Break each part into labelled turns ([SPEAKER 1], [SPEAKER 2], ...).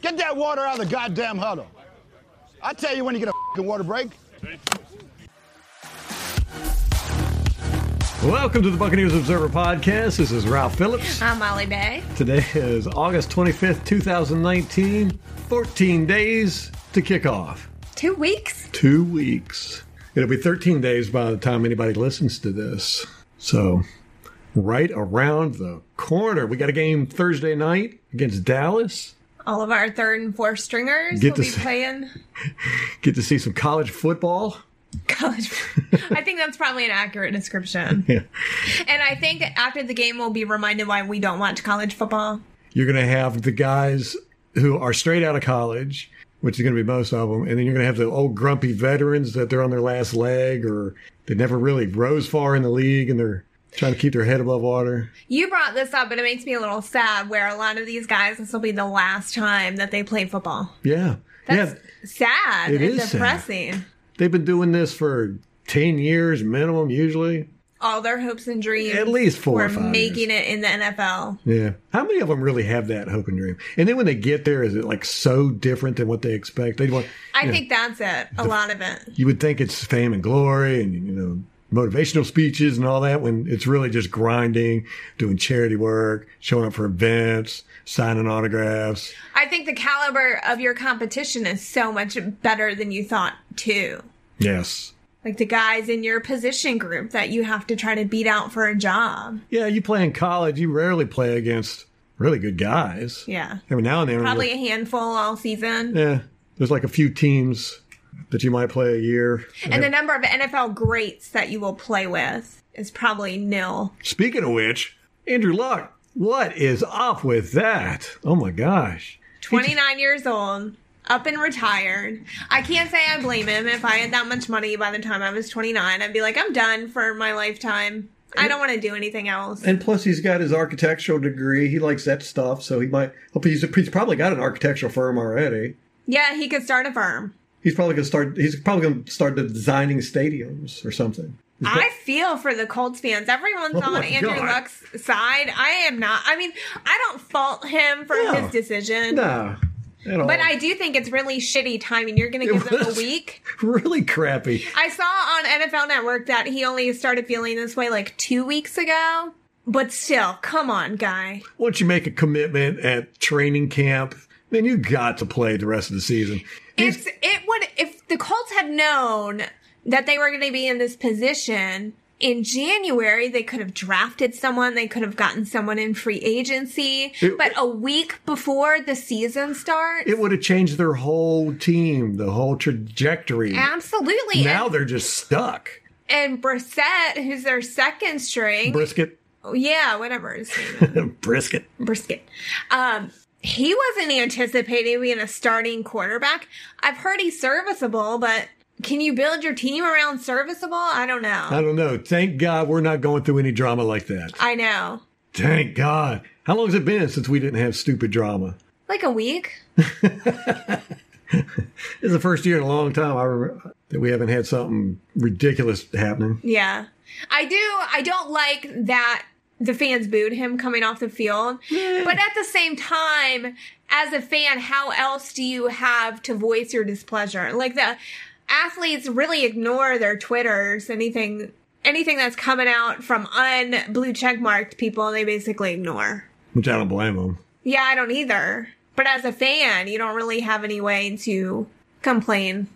[SPEAKER 1] Get that water out of the goddamn huddle. I tell you when you get a fucking water break.
[SPEAKER 2] Welcome to the Buccaneers Observer Podcast. This is Ralph Phillips.
[SPEAKER 3] I'm Molly Bay.
[SPEAKER 2] Today is August 25th, 2019. 14 days to kick off.
[SPEAKER 3] Two weeks?
[SPEAKER 2] Two weeks. It'll be 13 days by the time anybody listens to this. So, right around the corner, we got a game Thursday night against Dallas.
[SPEAKER 3] All of our third and fourth stringers
[SPEAKER 2] Get
[SPEAKER 3] will
[SPEAKER 2] to
[SPEAKER 3] be
[SPEAKER 2] see-
[SPEAKER 3] playing
[SPEAKER 2] Get to see some college football.
[SPEAKER 3] college. I think that's probably an accurate description.
[SPEAKER 2] Yeah.
[SPEAKER 3] And I think after the game, we'll be reminded why we don't watch college football.
[SPEAKER 2] You're going to have the guys who are straight out of college, which is going to be most of them. And then you're going to have the old grumpy veterans that they're on their last leg or they never really rose far in the league and they're trying to keep their head above water.
[SPEAKER 3] You brought this up, but it makes me a little sad where a lot of these guys, this will be the last time that they play football.
[SPEAKER 2] Yeah.
[SPEAKER 3] That's
[SPEAKER 2] yeah.
[SPEAKER 3] sad
[SPEAKER 2] It
[SPEAKER 3] and
[SPEAKER 2] is sad.
[SPEAKER 3] depressing.
[SPEAKER 2] They've been doing this for 10 years minimum, usually.
[SPEAKER 3] All their hopes and dreams
[SPEAKER 2] At least four or
[SPEAKER 3] for
[SPEAKER 2] five
[SPEAKER 3] making it in the NFL.
[SPEAKER 2] Yeah. How many of them really have that hope and dream? And then when they get there, is it like so different than what they expect? They want,
[SPEAKER 3] I think that's it. A lot of it.
[SPEAKER 2] you would think it's fame and glory and, you know, motivational speeches and all that when it's really just grinding, doing charity work, showing up for events, signing autographs.
[SPEAKER 3] I think the caliber of your competition is so much better than you thought, too.
[SPEAKER 2] Yes.
[SPEAKER 3] Like the guys in your position group that you have to try to beat out for a job.
[SPEAKER 2] Yeah. You play in college, you rarely play against really good guys.
[SPEAKER 3] Yeah.
[SPEAKER 2] Every now and then. when you're-
[SPEAKER 3] Probably a handful all season.
[SPEAKER 2] Yeah, there's like a few teams that you might play a year.
[SPEAKER 3] And the number of NFL greats that you will play with is probably nil.
[SPEAKER 2] Speaking of which, Andrew Luck, what is up with that? Oh my gosh.
[SPEAKER 3] 29 years old, up and retired. I can't say I blame him. If I had that much money by the time I was 29, I'd be like, I'm done for my lifetime. I don't want to do anything else.
[SPEAKER 2] And plus, he's got his architectural degree. He likes that stuff, so he might. He's, he's probably got an architectural firm already.
[SPEAKER 3] Yeah, he could start a firm.
[SPEAKER 2] He's probably gonna start. He's probably gonna start designing stadiums or something.
[SPEAKER 3] I feel for the Colts fans. Everyone's
[SPEAKER 2] Oh
[SPEAKER 3] on
[SPEAKER 2] my
[SPEAKER 3] Andrew
[SPEAKER 2] God.
[SPEAKER 3] Luck's side. I am not. I mean, I don't fault him for
[SPEAKER 2] No.
[SPEAKER 3] his decision.
[SPEAKER 2] No, at all.
[SPEAKER 3] But I do think it's really shitty timing. You're going to give them a
[SPEAKER 2] was.
[SPEAKER 3] week.
[SPEAKER 2] really crappy.
[SPEAKER 3] I saw on NFL Network that he only started feeling this way like two weeks ago. But still, come on, guy.
[SPEAKER 2] once you make a commitment at training camp, man, you got to play the rest of the season. He's-
[SPEAKER 3] It's it would if the Colts had known that they were going to be in this position in January, they could have drafted someone, they could have gotten someone in free agency,
[SPEAKER 2] It-
[SPEAKER 3] but a week before the season starts,
[SPEAKER 2] it would have changed their whole team, the whole trajectory.
[SPEAKER 3] absolutely.
[SPEAKER 2] Now
[SPEAKER 3] and,
[SPEAKER 2] they're just stuck.
[SPEAKER 3] and Brissett, who's their second string,
[SPEAKER 2] Brisket,
[SPEAKER 3] yeah, whatever his name is,
[SPEAKER 2] brisket.
[SPEAKER 3] Brisket. Um, he wasn't anticipating being a starting quarterback. I've heard he's serviceable, but can you build your team around serviceable? I don't know.
[SPEAKER 2] I don't know. Thank God we're not going through any drama like that.
[SPEAKER 3] I know.
[SPEAKER 2] Thank God. How long has it been since we didn't have stupid drama?
[SPEAKER 3] Like a week?
[SPEAKER 2] This is the first year in a long time I remember that we haven't had something ridiculous happening.
[SPEAKER 3] Yeah. I do I don't like that the fans booed him coming off the field. But at the same time, as a fan, how else do you have to voice your displeasure? Like the athletes really ignore their Twitters, anything anything that's coming out from un blue check marked people, they basically ignore.
[SPEAKER 2] Which I don't blame them.
[SPEAKER 3] Yeah, I don't either. But as a fan, you don't really have any way to complain.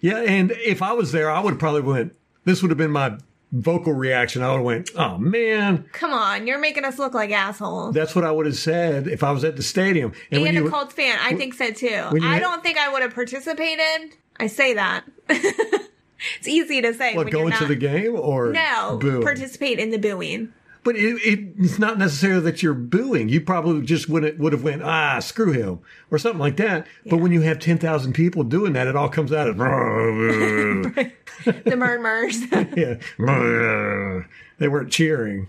[SPEAKER 2] Yeah, and if I was there, I would have probably went. This would have been my vocal reaction. I would have went, "Oh man,
[SPEAKER 3] Come on, you're making us look like assholes.
[SPEAKER 2] that's what I would have said if I was at the stadium." And,
[SPEAKER 3] and a Colts fan. I think so too.
[SPEAKER 2] when you
[SPEAKER 3] I
[SPEAKER 2] had-
[SPEAKER 3] don't think I would have participated. I say that. it's easy to say.
[SPEAKER 2] what
[SPEAKER 3] when you're
[SPEAKER 2] going to
[SPEAKER 3] not-
[SPEAKER 2] the game or
[SPEAKER 3] No,
[SPEAKER 2] booing?
[SPEAKER 3] participate in the booing.
[SPEAKER 2] but it, it, it's not necessarily that you're booing. You probably just wouldn't would have went, "Ah, screw him," or something like that. But when you have ten thousand people doing that, it all comes out as.
[SPEAKER 3] The murmurs. and
[SPEAKER 2] yeah, they weren't cheering.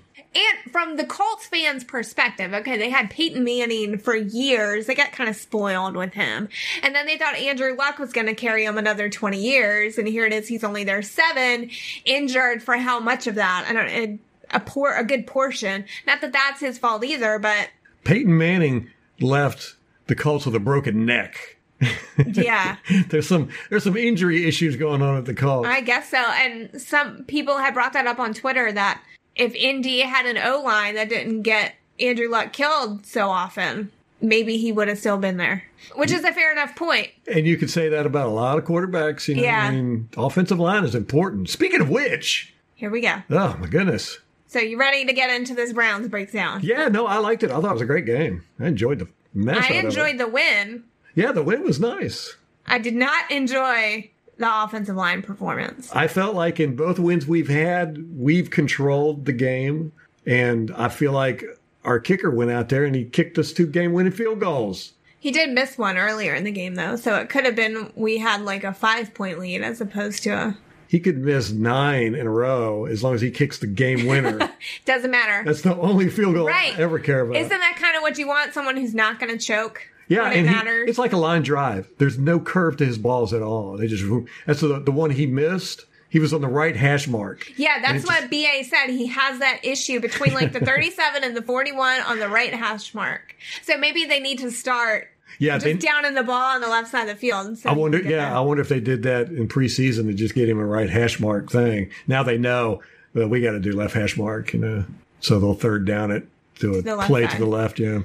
[SPEAKER 3] from the Colts fans' perspective, okay, they had Peyton Manning for years. They got kind of spoiled with him. And then they thought Andrew Luck was going to carry him another 20 years. And here it is. He's only there seven, injured for how much of that? I don't A, a, por- a good portion. Not that that's his fault either, but
[SPEAKER 2] Peyton Manning left the cult with a broken neck.
[SPEAKER 3] Yeah.
[SPEAKER 2] There's some there's some injury issues going on at the cult.
[SPEAKER 3] I guess so. And some people had brought that up on Twitter that if Indy had an O line that didn't get Andrew Luck killed so often, maybe he would have still been there, which is a fair enough point.
[SPEAKER 2] and you could say that about a lot of quarterbacks. You know,
[SPEAKER 3] Yeah.
[SPEAKER 2] I mean, offensive line is important. Speaking of which,
[SPEAKER 3] Here we go.
[SPEAKER 2] oh my goodness,
[SPEAKER 3] So you ready to get into this Browns breakdown?
[SPEAKER 2] yeah, no, I liked it. I thought it was a great game. I enjoyed the mess.
[SPEAKER 3] I
[SPEAKER 2] out of it.
[SPEAKER 3] enjoyed the win.
[SPEAKER 2] Yeah, the win was nice.
[SPEAKER 3] I did not enjoy the offensive line performance.
[SPEAKER 2] I felt like in both wins we've had, we've controlled the game, and I feel like our kicker went out there and he kicked us two game winning field goals.
[SPEAKER 3] He did miss one earlier in the game though, so it could have been we had like a five point lead as opposed to a
[SPEAKER 2] He could miss nine in a row as long as he kicks the game winner.
[SPEAKER 3] doesn't matter.
[SPEAKER 2] That's the only field goal
[SPEAKER 3] right.
[SPEAKER 2] I ever care about.
[SPEAKER 3] Isn't that kind of what you want? Someone who's not going to choke.
[SPEAKER 2] Yeah,
[SPEAKER 3] when it
[SPEAKER 2] and he-
[SPEAKER 3] matters.
[SPEAKER 2] it's like a line drive. There's no curve to his balls at all. They just that's the the one he missed. He was on the right hash mark.
[SPEAKER 3] yeah,
[SPEAKER 2] and
[SPEAKER 3] that's
[SPEAKER 2] it
[SPEAKER 3] what BA said. He has that issue between like the 37 and the 41 on the right hash mark. So maybe they need to start
[SPEAKER 2] Yeah,
[SPEAKER 3] just
[SPEAKER 2] they,
[SPEAKER 3] down in the ball on the left side of the field. and
[SPEAKER 2] I wonder.
[SPEAKER 3] send him
[SPEAKER 2] Yeah, I wonder if they did that in preseason to just get him a right hash mark thing. Now they know that we got to do left hash mark. You know, so they'll third down it do a
[SPEAKER 3] the left
[SPEAKER 2] play to
[SPEAKER 3] side.
[SPEAKER 2] the left. Yeah,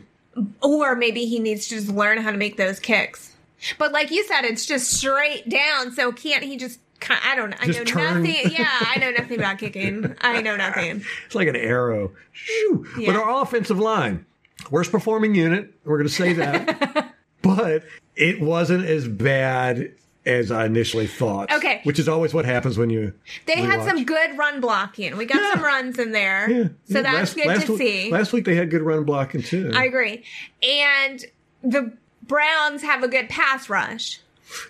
[SPEAKER 3] Or maybe he needs to just learn how to make those kicks. But like you said, it's just straight down. So can't he just? ki- I don't. I
[SPEAKER 2] Just
[SPEAKER 3] know
[SPEAKER 2] turn.
[SPEAKER 3] nothing. Yeah, I know nothing about kicking. I know nothing.
[SPEAKER 2] it's like an arrow. Shoo. But
[SPEAKER 3] Yeah.
[SPEAKER 2] our offensive line, worst performing unit. We're going to say that, but it wasn't as bad. As I initially thought.
[SPEAKER 3] Okay.
[SPEAKER 2] Which is always what happens when you
[SPEAKER 3] They had
[SPEAKER 2] Rewatch.
[SPEAKER 3] some good run blocking. We got some runs in there,
[SPEAKER 2] Yeah.
[SPEAKER 3] so
[SPEAKER 2] Yeah,
[SPEAKER 3] that's
[SPEAKER 2] last-
[SPEAKER 3] good
[SPEAKER 2] last
[SPEAKER 3] to
[SPEAKER 2] week-
[SPEAKER 3] see.
[SPEAKER 2] Last week they had good run blocking too.
[SPEAKER 3] I agree. And the Browns have a good pass rush,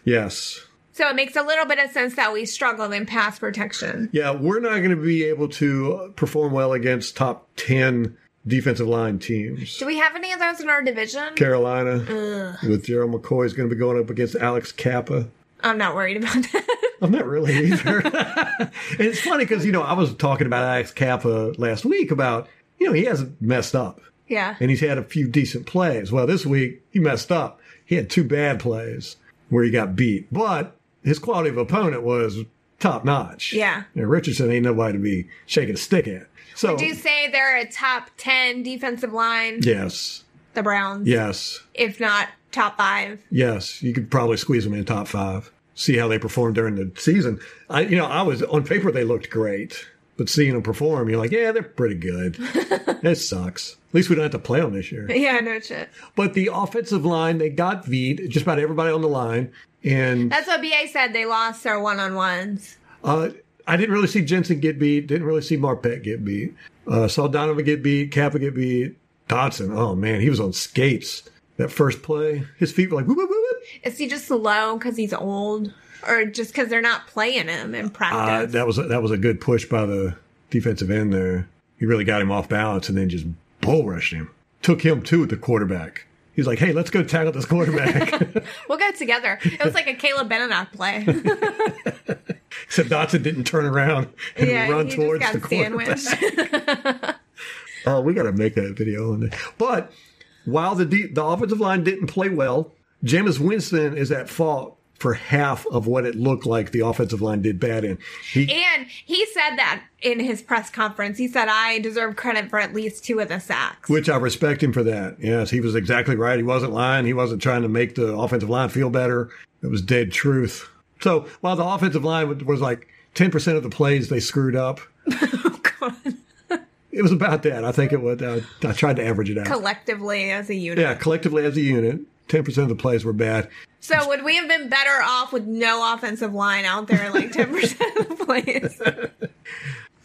[SPEAKER 2] yes.
[SPEAKER 3] so it makes a little bit of sense that we struggled in pass protection.
[SPEAKER 2] Yeah, we're not going to be able to perform well against top 10 defensive line teams.
[SPEAKER 3] Do we have any of those in our division?
[SPEAKER 2] Carolina with Gerald McCoy is going to be going up against Alex Kappa.
[SPEAKER 3] I'm not worried about that.
[SPEAKER 2] I'm not really either. and it's funny because, you know, I was talking about Alex Kappa last week about, you know, he hasn't messed up.
[SPEAKER 3] yeah.
[SPEAKER 2] and he's had a few decent plays. Well, this week he messed up. He had two bad plays where he got beat, but his quality of opponent was top notch.
[SPEAKER 3] Yeah.
[SPEAKER 2] and Richardson ain't nobody to be shaking a stick at. So
[SPEAKER 3] Do you say they're a top 10 defensive line?
[SPEAKER 2] yes,
[SPEAKER 3] The Browns.
[SPEAKER 2] yes,
[SPEAKER 3] If not top five.
[SPEAKER 2] yes, you could probably squeeze them in top five. See how they perform during the season. I, you know, I was on paper they looked great, but seeing them perform, you're like, yeah, they're pretty good. it sucks. At least we don't have to play them this year.
[SPEAKER 3] Yeah, no shit.
[SPEAKER 2] But the offensive line, they got beat. Just about everybody on the line, and
[SPEAKER 3] That's what BA said. They lost their one on ones.
[SPEAKER 2] Uh, I didn't really see Jensen get beat. Didn't really see Marpet get beat. Uh, saw Donovan get beat. Kappa get beat. Dodson. Oh man, he was on skates that first play. His feet were like whoop whoop whoop. whoop.
[SPEAKER 3] Is he just slow because he's old? Or just because they're not playing him in
[SPEAKER 2] Uh,
[SPEAKER 3] practice?
[SPEAKER 2] that was a, that was a good push by the defensive end there. He really got him off balance and then just bull rushed him. Took him to the quarterback. He's like, hey, let's go tackle this quarterback.
[SPEAKER 3] we'll go together. It was like a Caleb Benenoff play.
[SPEAKER 2] Except Dodson didn't turn around and
[SPEAKER 3] yeah,
[SPEAKER 2] run
[SPEAKER 3] he
[SPEAKER 2] towards
[SPEAKER 3] just
[SPEAKER 2] the
[SPEAKER 3] got
[SPEAKER 2] quarterback.
[SPEAKER 3] sandwiched.
[SPEAKER 2] Oh, we got to make that video. on that. But while the de- the offensive line didn't play well, Jameis Winston is at fault for half of what it looked like the offensive line did bad in. He,
[SPEAKER 3] and he said that in his press conference. He said, I deserve credit for at least two of the sacks.
[SPEAKER 2] which I respect him for that. Yes, he was exactly right. He wasn't lying. He wasn't trying to make the offensive line feel better. It was dead truth. So while the offensive line was- was like 10% of the plays they screwed up,
[SPEAKER 3] Oh, God.
[SPEAKER 2] it was about that. I think it was, I, I tried to average it out.
[SPEAKER 3] Collectively as a unit.
[SPEAKER 2] Yeah, collectively as a unit, 10% of the plays were bad.
[SPEAKER 3] So would we have been better off with no offensive line out there, like ten percent of the plays?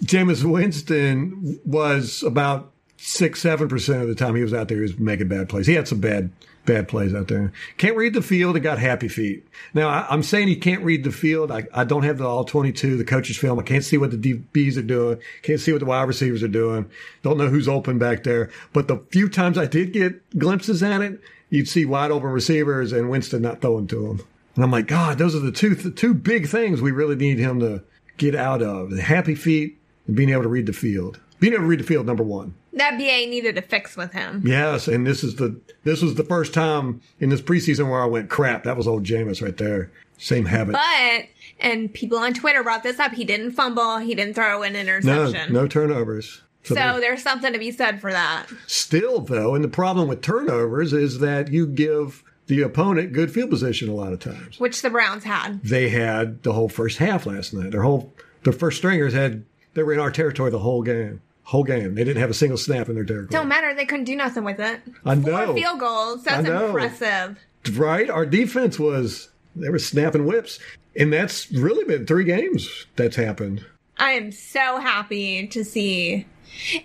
[SPEAKER 2] Jameis Winston was about six, seven percent of the time he was out there, he was making bad plays. He had some bad, bad plays out there. Can't read the field and got happy feet. Now, I, I'm saying he can't read the field. I, I don't have the all 22, the coach's film. I can't see what the DBs are doing. Can't see what the wide receivers are doing. Don't know who's open back there. But the few times I did get glimpses at it, you'd see wide open receivers and Winston not throwing to them. And I'm like, God, those are the two, the two big things we really need him to get out of the happy feet and being able to read the field. being able to read the field, number one.
[SPEAKER 3] That BA needed a fix with him.
[SPEAKER 2] Yes, and this is the this was the first time in this preseason where I went, crap, that was old Jameis right there. Same habit.
[SPEAKER 3] But and people on Twitter brought this up. He didn't fumble. He didn't throw an
[SPEAKER 2] no,
[SPEAKER 3] interception.
[SPEAKER 2] no turnovers. So
[SPEAKER 3] So
[SPEAKER 2] there's-
[SPEAKER 3] there's something to be said for that.
[SPEAKER 2] still though, and the problem with turnovers is that you give the opponent good field position a lot of times.
[SPEAKER 3] which the Browns had.
[SPEAKER 2] They had the whole first half last night. Their whole their first stringers had they were in our territory the whole game. Whole game. They didn't have a single snap in their territory.
[SPEAKER 3] Don't matter. They couldn't do nothing with it.
[SPEAKER 2] I know.
[SPEAKER 3] Four field goals.
[SPEAKER 2] I
[SPEAKER 3] That's
[SPEAKER 2] know.
[SPEAKER 3] impressive.
[SPEAKER 2] Right? Our defense was they were snapping whips. And that's really been three games that's happened.
[SPEAKER 3] I am so happy to see.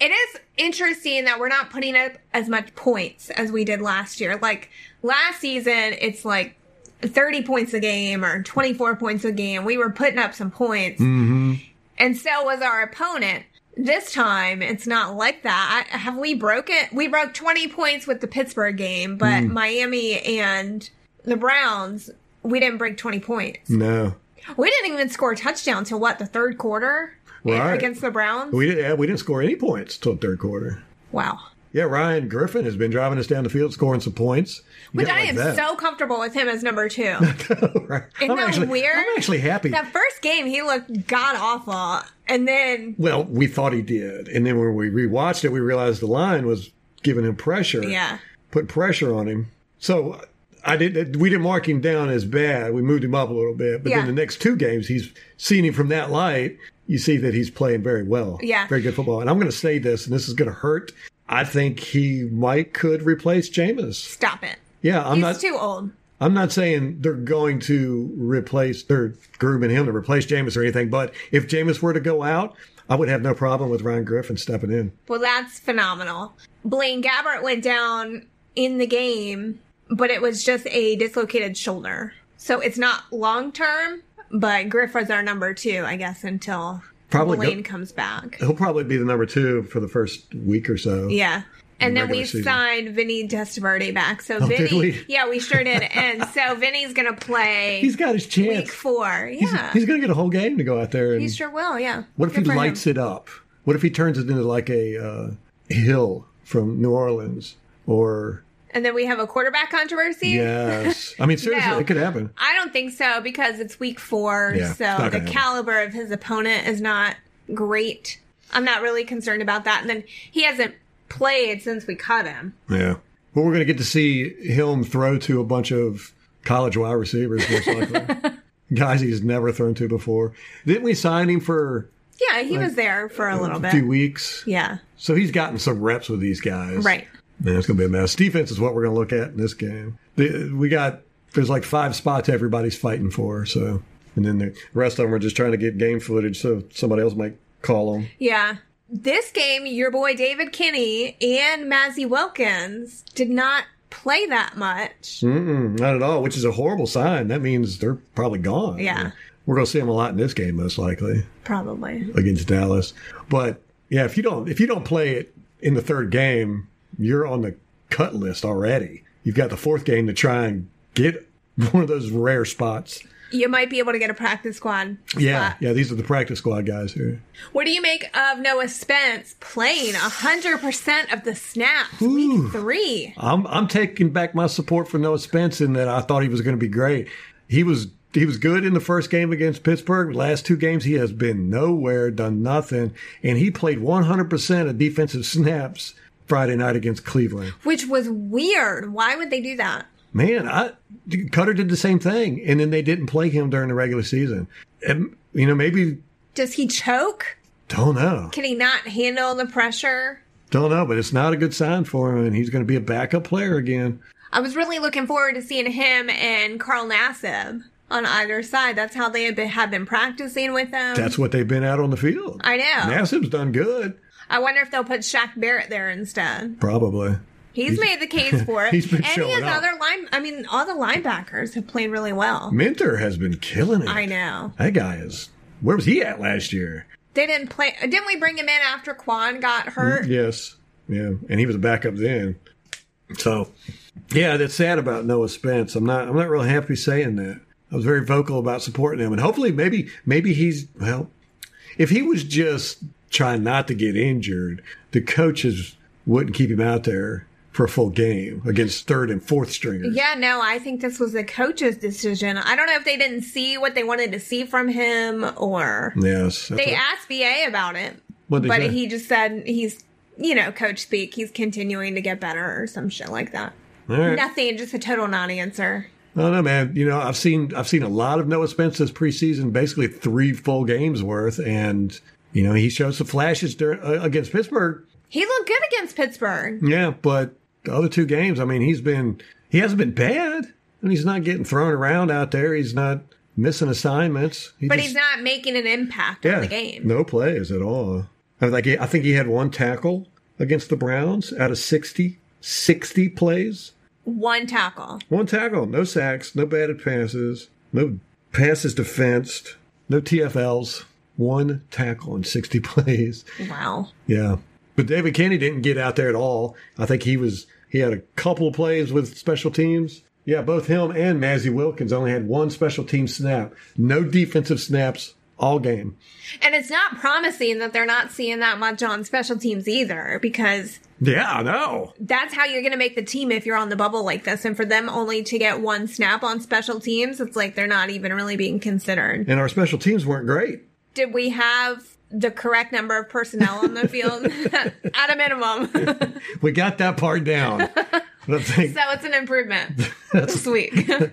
[SPEAKER 3] It is interesting that we're not putting up as much points as we did last year. Like last season, it's like 30 points a game or 24 points a game. We were putting up some points. And so was our opponent. This time, it's not like that. Have we broke it? We broke 20 points with the Pittsburgh game, but Miami and the Browns, we didn't break 20 points.
[SPEAKER 2] No.
[SPEAKER 3] We didn't even score a touchdown till what the third quarter
[SPEAKER 2] Right.
[SPEAKER 3] against the Browns.
[SPEAKER 2] We didn't, yeah, we didn't score any points till third quarter.
[SPEAKER 3] wow.
[SPEAKER 2] Yeah, Ryan Griffin has been driving us down the field, scoring some points. You
[SPEAKER 3] Which
[SPEAKER 2] got
[SPEAKER 3] I
[SPEAKER 2] like
[SPEAKER 3] am
[SPEAKER 2] that.
[SPEAKER 3] so comfortable with him as number two.
[SPEAKER 2] Right.
[SPEAKER 3] Isn't
[SPEAKER 2] I'm
[SPEAKER 3] that
[SPEAKER 2] actually,
[SPEAKER 3] weird?
[SPEAKER 2] I'm actually happy.
[SPEAKER 3] that first game, he looked god awful, and then
[SPEAKER 2] well, we thought he did, and then when we rewatched it, we realized the line was giving him pressure.
[SPEAKER 3] yeah,
[SPEAKER 2] put pressure on him. So I did. We didn't mark him down as bad. We moved him up a little bit, but
[SPEAKER 3] Yeah.
[SPEAKER 2] then the next two games, he's seen him from that light. You see that he's playing very well.
[SPEAKER 3] Yeah.
[SPEAKER 2] very good football. And I'm going to say this, and this is going to hurt. I think he might could replace Jameis.
[SPEAKER 3] stop it.
[SPEAKER 2] Yeah, I'm
[SPEAKER 3] He's
[SPEAKER 2] not.
[SPEAKER 3] too old.
[SPEAKER 2] I'm not saying they're going to replace. They're grooming him to replace Jameis or anything. But if Jameis were to go out, I would have no problem with Ryan Griffin stepping in.
[SPEAKER 3] Well, that's phenomenal. Blaine Gabbert went down in the game, but it was just a dislocated shoulder, so it's not long term. But Griff was our number two, I guess, until
[SPEAKER 2] Probably go-
[SPEAKER 3] Blaine comes back.
[SPEAKER 2] He'll probably be the number two for the first week or so.
[SPEAKER 3] Yeah. And then
[SPEAKER 2] regular
[SPEAKER 3] we
[SPEAKER 2] season. Oh,
[SPEAKER 3] signed Vinny Testaverde back. So Vinny,
[SPEAKER 2] did we?
[SPEAKER 3] yeah, we sure did. And so Vinny's gonna play
[SPEAKER 2] He's got his chance.
[SPEAKER 3] week four.
[SPEAKER 2] He's-
[SPEAKER 3] Yeah,
[SPEAKER 2] He's, going to get a whole game to go out there. And
[SPEAKER 3] he sure will. Yeah.
[SPEAKER 2] what if
[SPEAKER 3] Good
[SPEAKER 2] he
[SPEAKER 3] for him.
[SPEAKER 2] lights it up? What if he turns it into like a uh, hill from New Orleans? Or
[SPEAKER 3] And then we have a quarterback controversy.
[SPEAKER 2] yes, I mean seriously,
[SPEAKER 3] No.
[SPEAKER 2] it could happen.
[SPEAKER 3] I don't think so because it's week four.
[SPEAKER 2] Yeah, it's
[SPEAKER 3] so
[SPEAKER 2] not
[SPEAKER 3] the
[SPEAKER 2] gonna happen.
[SPEAKER 3] caliber of his opponent is not great. I'm not really concerned about that. And then he hasn't played since we cut him.
[SPEAKER 2] Yeah. Well, we're going to get to see him throw to a bunch of college wide receivers, most likely. Guys he's never thrown to before. Didn't we sign him for
[SPEAKER 3] Yeah, he was there for a little
[SPEAKER 2] a
[SPEAKER 3] bit.
[SPEAKER 2] few weeks?
[SPEAKER 3] Yeah.
[SPEAKER 2] So he's gotten some reps with these guys.
[SPEAKER 3] Right.
[SPEAKER 2] Man, it's going to be a mess. Defense is what we're going to look at in this game. The- We got there's like five spots everybody's fighting for. So, and then the rest of them are just trying to get game footage so somebody else might call them.
[SPEAKER 3] Yeah. This game, your boy David Kinney and Mazzy Wilkins did not play that much.
[SPEAKER 2] Mm-mm, not at all, which is a horrible sign. That means they're probably gone.
[SPEAKER 3] Yeah.
[SPEAKER 2] we're going to see them a lot in this game, most likely
[SPEAKER 3] Probably.
[SPEAKER 2] against Dallas. But yeah, if you don't if you don't play it in the third game, you're on the cut list already. You've got the fourth game to try and get one of those rare spots.
[SPEAKER 3] You might be able to get a practice squad.
[SPEAKER 2] Yeah,
[SPEAKER 3] spot.
[SPEAKER 2] yeah. These are the practice squad guys here.
[SPEAKER 3] What do you make of Noah Spence playing 100% of the snaps
[SPEAKER 2] Ooh.
[SPEAKER 3] week three?
[SPEAKER 2] I'm I'm taking back my support for Noah Spence in that I thought he was going to be great. He was he was good in the first game against Pittsburgh. Last two games he has been nowhere, done nothing, and he played 100 percent of defensive snaps Friday night against Cleveland.
[SPEAKER 3] Which was weird. Why would they do that?
[SPEAKER 2] Man, I Cutter did the same thing, and then they didn't play him during the regular season. And, you know, maybe
[SPEAKER 3] Does he choke?
[SPEAKER 2] don't know,
[SPEAKER 3] Can he not handle the pressure?
[SPEAKER 2] don't know, but it's not a good sign for him, and he's going to be a backup player again.
[SPEAKER 3] I was really looking forward to seeing him and Carl Nassib on either side. That's how they had been, have been practicing with them.
[SPEAKER 2] That's what they've been out on the field.
[SPEAKER 3] I know.
[SPEAKER 2] Nassib's done good.
[SPEAKER 3] I wonder if they'll put Shaq Barrett there instead.
[SPEAKER 2] Probably.
[SPEAKER 3] He's, made the case for it.
[SPEAKER 2] he's been
[SPEAKER 3] and he has
[SPEAKER 2] showing up.
[SPEAKER 3] other line I mean, all the linebackers have played really well.
[SPEAKER 2] Mentor has been killing it.
[SPEAKER 3] I know.
[SPEAKER 2] That guy is. Where was he at last year?
[SPEAKER 3] They didn't play didn't we bring him in after Quan
[SPEAKER 2] Mm,
[SPEAKER 3] got hurt?
[SPEAKER 2] Yes. Yeah. And he was a backup then. So, yeah, that's sad about Noah Spence. I'm not, I'm not real happy saying that. I was very vocal about supporting him. And hopefully, maybe, maybe he's, well, if he was just trying not to get injured, the coaches wouldn't keep him out there for a full game against third and fourth stringers.
[SPEAKER 3] Yeah, no, I think this was the coach's decision. I don't know if they didn't see what they wanted to see from him or
[SPEAKER 2] Yes. that's
[SPEAKER 3] they
[SPEAKER 2] what-
[SPEAKER 3] asked BA about it.
[SPEAKER 2] What'd Mm, they
[SPEAKER 3] but
[SPEAKER 2] say?
[SPEAKER 3] he just said he's, you know, coach speak, he's continuing to get better or some shit like that.
[SPEAKER 2] All right.
[SPEAKER 3] Nothing, just a total non answer.
[SPEAKER 2] I don't know, man. You know, I've seen I've seen a lot of Noah Spence this preseason, basically three full games worth, and you know he shows some flashes during, uh, against Pittsburgh.
[SPEAKER 3] He looked good against Pittsburgh.
[SPEAKER 2] Yeah, but the other two games, I mean, he's been he hasn't been bad, and he's not getting thrown around out there. He's not missing assignments. He
[SPEAKER 3] But
[SPEAKER 2] just-
[SPEAKER 3] he's not making an impact on the game.
[SPEAKER 2] No plays at all. I like I think he had one tackle against the Browns out of 60, 60 plays.
[SPEAKER 3] One tackle.
[SPEAKER 2] One tackle, no sacks, no batted passes, no passes defensed, no TFLs. One tackle in 60 plays.
[SPEAKER 3] Wow.
[SPEAKER 2] Yeah. But David Kenny didn't get out there at all. I think he was he had a couple of plays with special teams. Yeah, both him and Mazzy Wilkins only had one special team snap. No defensive snaps all game.
[SPEAKER 3] And it's not promising that they're not seeing that much on special teams either, because
[SPEAKER 2] Yeah, I know.
[SPEAKER 3] that's how you're going to make the team if you're on the bubble like this. And for them only to get one snap on special teams, it's like they're not even really being considered.
[SPEAKER 2] And our special teams weren't great.
[SPEAKER 3] Did we have the correct number of personnel on the field at a minimum?
[SPEAKER 2] We got that part down. But I think
[SPEAKER 3] so it's an improvement this week.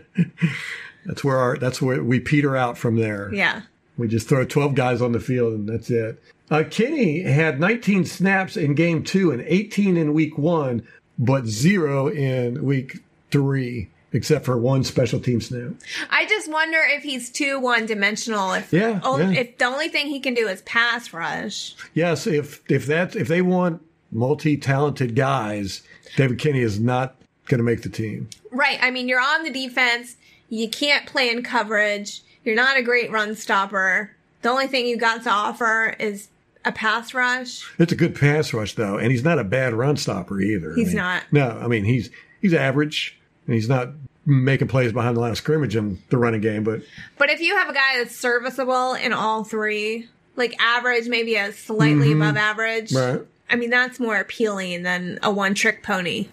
[SPEAKER 2] that's where our that's where we peter out from there.
[SPEAKER 3] yeah.
[SPEAKER 2] We just throw 12 guys on the field and that's it. Uh, Kenny had 19 snaps in game two and 18 in week one, but zero in week three, except for one special team snap.
[SPEAKER 3] I just wonder if he's too one dimensional. If,
[SPEAKER 2] Yeah,
[SPEAKER 3] o-
[SPEAKER 2] yeah.
[SPEAKER 3] if the only thing he can do is pass rush.
[SPEAKER 2] Yes, if if that if they want multi talented guys, David Kenny is not going to make the team.
[SPEAKER 3] Right. I mean, you're on the defense. You can't play in coverage. You're not a great run stopper. The only thing you got to offer is a pass rush.
[SPEAKER 2] It's a good pass rush though, and he's not a bad run stopper either. I
[SPEAKER 3] He's
[SPEAKER 2] mean,
[SPEAKER 3] not.
[SPEAKER 2] No, I mean he's he's average, and he's not making plays behind the line of scrimmage in the running game, but.
[SPEAKER 3] But if you have a guy that's serviceable in all three, like average, maybe a slightly above average,
[SPEAKER 2] Mm-hmm. Right.
[SPEAKER 3] I mean, that's more appealing than a one trick pony.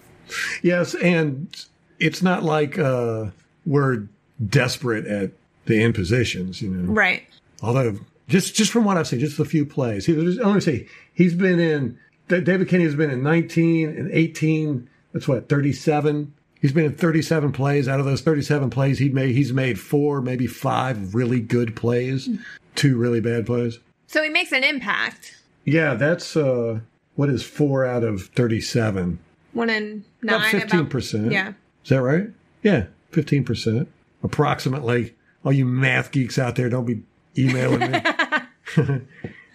[SPEAKER 2] Yes, and it's not like uh, we're desperate at the end positions, you know.
[SPEAKER 3] Right.
[SPEAKER 2] Although, just just from what I've seen, just a few plays. He, was- let me see. He's been in. Da- David Kenny has been in 19 and 18. That's what 37. He's been in 37 plays. Out of those 37 plays, he made he's made four, maybe five really good plays,
[SPEAKER 3] Hmm.
[SPEAKER 2] two really bad plays.
[SPEAKER 3] So he makes an impact.
[SPEAKER 2] Yeah, that's uh, what is four out of 37.
[SPEAKER 3] One in nine.
[SPEAKER 2] About fifteen percent.
[SPEAKER 3] yeah.
[SPEAKER 2] Is that right? Yeah, fifteen percent, approximately. All you math geeks out there, don't be emailing me.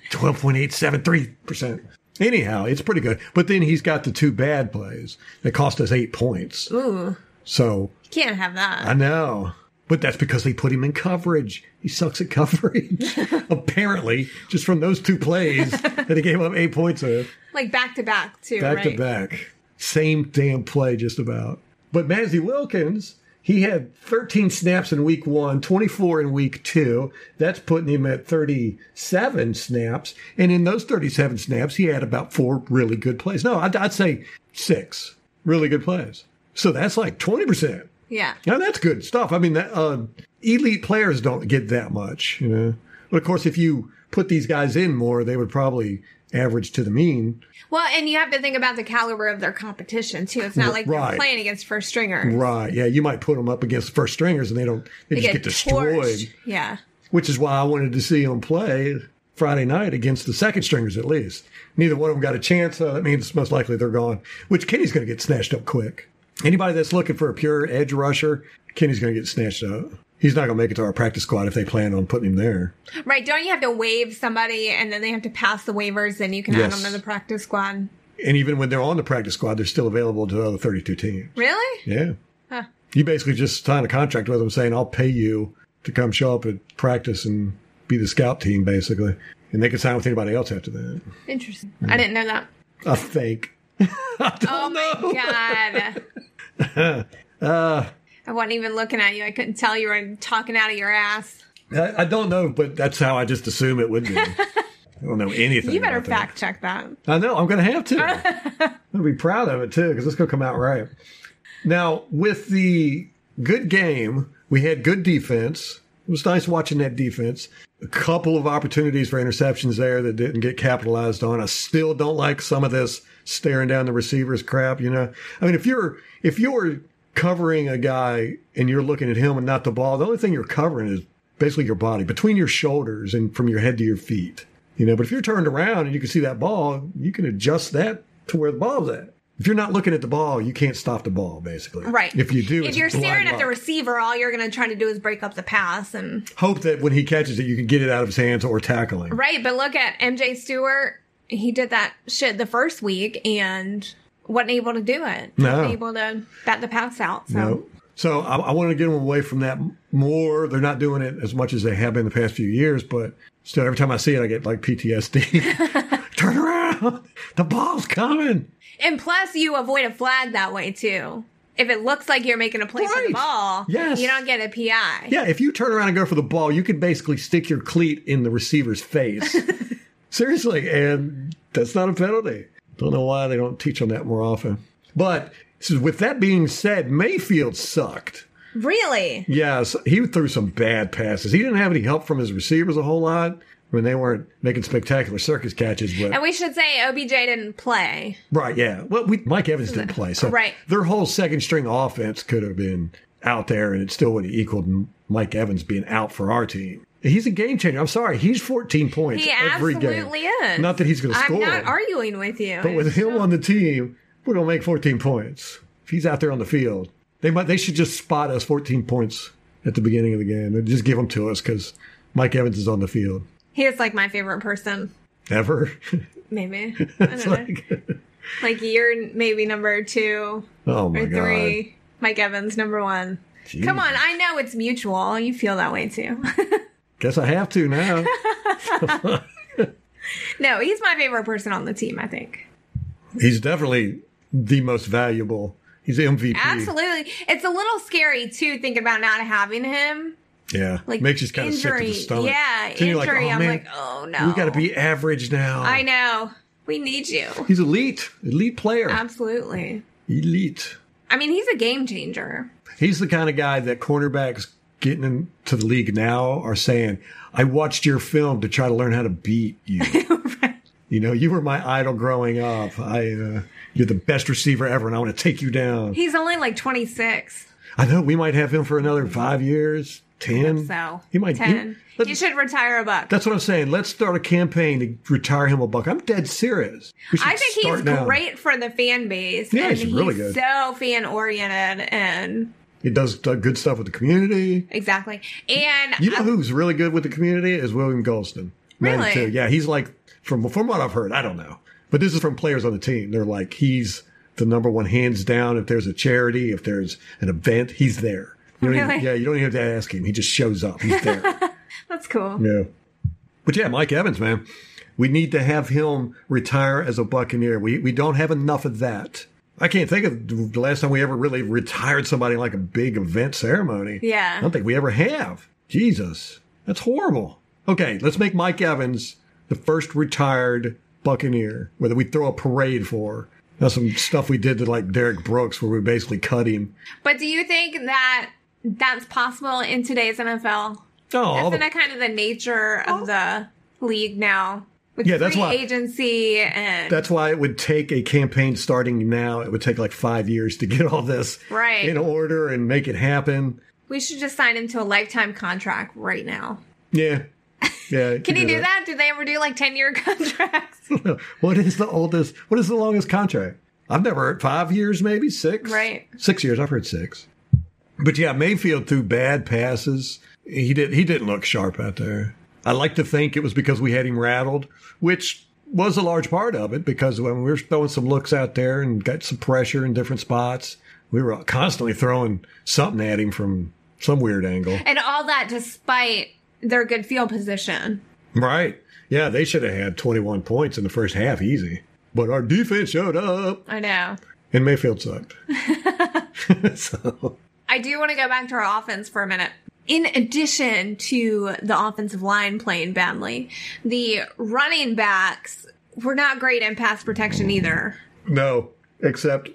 [SPEAKER 2] Twelve point eight seven three percent. Anyhow, it's pretty good. But then he's got the two bad plays that cost us eight points.
[SPEAKER 3] Ooh,
[SPEAKER 2] So
[SPEAKER 3] can't have that.
[SPEAKER 2] I know. But that's because they put him in coverage. He sucks at coverage. Apparently, just from those two plays that he gave up eight points of
[SPEAKER 3] like back to back, too.
[SPEAKER 2] back
[SPEAKER 3] right?
[SPEAKER 2] to back. Same damn play, just about. But Mazzy Wilkins, he had 13 snaps in week one, 24 in week two. That's putting him at 37 snaps. And in those 37 snaps, he had about four really good plays. No, I'd, I'd say six really good plays. So that's like 20%.
[SPEAKER 3] Yeah.
[SPEAKER 2] Now that's good stuff. I mean, that, uh, elite players don't get that much, you know. But of course, if you put these guys in more, they would probably average to the mean.
[SPEAKER 3] Well, and you have to think about the caliber of their competition too. It's not like
[SPEAKER 2] Right.
[SPEAKER 3] they're playing against first stringers.
[SPEAKER 2] Right. Yeah, you might put them up against first stringers and they don't they,
[SPEAKER 3] They
[SPEAKER 2] just get,
[SPEAKER 3] get
[SPEAKER 2] destroyed,
[SPEAKER 3] torched. Yeah.
[SPEAKER 2] which is why I wanted to see them play Friday night against the second stringers at least. Neither one of them got a chance, uh, so that means most likely they're gone, which Kenny's going to get snatched up quick. Anybody that's looking for a pure edge rusher, Kenny's going to get snatched up. He's not going to make it to our practice squad if they plan on putting him there.
[SPEAKER 3] Right. Don't you have to waive somebody and then they have to pass the waivers and you can add
[SPEAKER 2] Yes.
[SPEAKER 3] them to the practice squad?
[SPEAKER 2] And even when they're on the practice squad, they're still available to the other 32 teams.
[SPEAKER 3] Really?
[SPEAKER 2] Yeah.
[SPEAKER 3] Huh.
[SPEAKER 2] You basically just sign a contract with them saying, I'll pay you to come show up at practice and be the scout team, basically. And they can sign with anybody else after that.
[SPEAKER 3] Interesting. I didn't know that.
[SPEAKER 2] I think. I don't
[SPEAKER 3] Oh my
[SPEAKER 2] know.
[SPEAKER 3] god.
[SPEAKER 2] Uh.
[SPEAKER 3] I wasn't even looking at you. I couldn't tell you were talking out of your ass.
[SPEAKER 2] I, I don't know, but that's how I just assume it would be. I don't know anything.
[SPEAKER 3] You better
[SPEAKER 2] about that.
[SPEAKER 3] fact check that.
[SPEAKER 2] I know. I'm going to have to. I'm going to be proud of it too because it's going to come out right. Now, with the good game, we had good defense. It was nice watching that defense. A couple of opportunities for interceptions there that didn't get capitalized on. I still don't like some of this staring down the receivers crap. You know, I mean, if you're if you're covering a guy and you're looking at him and not the ball, the only thing you're covering is basically your body between your shoulders and from your head to your feet. You know, but if you're turned around and you can see that ball, you can adjust that to where the ball's at. If you're not looking at the ball, you can't stop the ball, basically.
[SPEAKER 3] Right.
[SPEAKER 2] If you do,
[SPEAKER 3] if
[SPEAKER 2] it's
[SPEAKER 3] you're
[SPEAKER 2] blind
[SPEAKER 3] staring at the
[SPEAKER 2] luck.
[SPEAKER 3] receiver, all you're going to try to do is break up the pass. And
[SPEAKER 2] hope that when he catches it, you can get it out of his hands or tackle him.
[SPEAKER 3] right, but look at MJ Stewart. He did that shit the first week and wasn't able to do it.
[SPEAKER 2] No.
[SPEAKER 3] wasn't able to bat the pass out. So
[SPEAKER 2] Nope. So I, I wanted to get them away from that m- more. They're not doing it as much as they have been the past few years, but still, every time I see it, I get like PTSD. Turn around, the ball's coming.
[SPEAKER 3] and plus, you avoid a flag that way too. If it looks like you're making a play for
[SPEAKER 2] Right.
[SPEAKER 3] the ball,
[SPEAKER 2] Yes.
[SPEAKER 3] you don't get a PI.
[SPEAKER 2] Yeah, if you turn around and go for the ball, you could basically stick your cleat in the receiver's face. Seriously, and that's not a penalty. Don't know why they don't teach on that more often. But so with that being said, Mayfield sucked.
[SPEAKER 3] Really?
[SPEAKER 2] Yes, he threw some bad passes. He didn't have any help from his receivers a whole lot. I mean, they weren't making spectacular circus catches,
[SPEAKER 3] And
[SPEAKER 2] but
[SPEAKER 3] we should say OBJ didn't play.
[SPEAKER 2] right, yeah. Well, we, Mike Evans didn't play, so
[SPEAKER 3] Right.
[SPEAKER 2] their whole second string offense could have been out there, and it still would have equaled M- Mike Evans being out for our team. He's a game changer. I'm sorry, he's 14 points
[SPEAKER 3] He
[SPEAKER 2] every
[SPEAKER 3] absolutely
[SPEAKER 2] game.
[SPEAKER 3] is.
[SPEAKER 2] Not that he's going to
[SPEAKER 3] I'm
[SPEAKER 2] score,
[SPEAKER 3] not arguing with you.
[SPEAKER 2] but with him on the team, we're going to make 14 points. If he's out there on the field, they might they should just spot us 14 points at the beginning of the game and just give them to us because Mike Evans is on the field.
[SPEAKER 3] he is like my favorite person.
[SPEAKER 2] Ever,
[SPEAKER 3] Maybe. I don't
[SPEAKER 2] It's
[SPEAKER 3] know.
[SPEAKER 2] like,
[SPEAKER 3] Like you're maybe number two
[SPEAKER 2] oh my
[SPEAKER 3] or three.
[SPEAKER 2] god,
[SPEAKER 3] Mike Evans number one. Come on, I know it's mutual. You feel that way too.
[SPEAKER 2] guess I have to now.
[SPEAKER 3] no, he's my favorite person on the team. I think
[SPEAKER 2] he's definitely the most valuable. He's MVP.
[SPEAKER 3] absolutely. It's a little scary too, thinking about not having him.
[SPEAKER 2] Yeah,
[SPEAKER 3] Like
[SPEAKER 2] makes you kind of sick to
[SPEAKER 3] injury.
[SPEAKER 2] the stomach.
[SPEAKER 3] Yeah,
[SPEAKER 2] Then you're
[SPEAKER 3] injury.
[SPEAKER 2] Like, oh,
[SPEAKER 3] I'm
[SPEAKER 2] man,
[SPEAKER 3] like, oh no,
[SPEAKER 2] we got to be average now.
[SPEAKER 3] I know. We need you.
[SPEAKER 2] He's elite, elite player,
[SPEAKER 3] Um, Absolutely.
[SPEAKER 2] elite.
[SPEAKER 3] I mean, he's a game changer.
[SPEAKER 2] He's the kind of guy that cornerbacks getting into the league now are saying, I watched your film to try to learn how to beat you. You know, you were my idol growing up. I, uh, you're the best receiver ever, and I want to take you down.
[SPEAKER 3] He's only like 26,
[SPEAKER 2] I know we might have him for another five years, ten.
[SPEAKER 3] so
[SPEAKER 2] he might. he-
[SPEAKER 3] 10.
[SPEAKER 2] let-
[SPEAKER 3] you should retire a buck.
[SPEAKER 2] that's what I'm saying. Let's start a campaign to retire him a buck. I'm dead serious. We should
[SPEAKER 3] I think
[SPEAKER 2] start
[SPEAKER 3] he's
[SPEAKER 2] now.
[SPEAKER 3] great for the fan base.
[SPEAKER 2] Yeah,
[SPEAKER 3] and
[SPEAKER 2] he's really good.
[SPEAKER 3] So fan oriented and
[SPEAKER 2] He does uh, good stuff with the community.
[SPEAKER 3] exactly. And
[SPEAKER 2] You know who's really good with the community is William Golston.
[SPEAKER 3] Really?
[SPEAKER 2] 92. Yeah, he's like from from what I've heard, I don't know. But this is from players on the team. They're like he's the number one hands down. If there's a charity, if there's an event, he's there. You don't even-
[SPEAKER 3] Really?
[SPEAKER 2] yeah, you don't even have to ask him. He just shows up. He's there.
[SPEAKER 3] that's cool.
[SPEAKER 2] yeah. But yeah, Mike Evans, man. We need to have him retire as a Buccaneer. We we don't have enough of that. I can't think of the last time we ever really retired somebody in like a big event ceremony. I
[SPEAKER 3] Yeah.
[SPEAKER 2] don't think we ever have. Jesus, that's horrible. Okay, let's make Mike Evans the first retired Buccaneer, whether we throw a parade for. That's some stuff we did to like Derek Brooks, where we basically cut him.
[SPEAKER 3] But do you think that that's possible in today's NFL?
[SPEAKER 2] Oh, all
[SPEAKER 3] Isn't
[SPEAKER 2] the,
[SPEAKER 3] that kind of the nature of the league now? With
[SPEAKER 2] Yeah, that's
[SPEAKER 3] free
[SPEAKER 2] why-
[SPEAKER 3] agency and
[SPEAKER 2] that's why it would take a campaign starting now. It would take like five years to get all this
[SPEAKER 3] Right.
[SPEAKER 2] in order and make it happen.
[SPEAKER 3] we should just sign him to a lifetime contract right now.
[SPEAKER 2] Yeah, yeah.
[SPEAKER 3] Can he do that? Do they ever do like ten year contracts?
[SPEAKER 2] that? What is the oldest? What is the longest contract? I've never heard five years, maybe six.
[SPEAKER 3] Right.
[SPEAKER 2] Six years. I've heard six. But yeah, Mayfield threw bad passes. He did. He didn't look sharp out there. I like to think it was because we had him rattled, which was a large part of it. Because when we were throwing some looks out there and got some pressure in different spots, we were constantly throwing something at him from some weird angle.
[SPEAKER 3] and all that despite their good field position.
[SPEAKER 2] Right. Yeah, they should have had 21 points in the first half, easy. But our defense showed up.
[SPEAKER 3] I know.
[SPEAKER 2] And Mayfield sucked. so,
[SPEAKER 3] I do want to go back to our offense for a minute. in addition to the offensive line playing badly, the running backs were not great in pass protection either.
[SPEAKER 2] No, except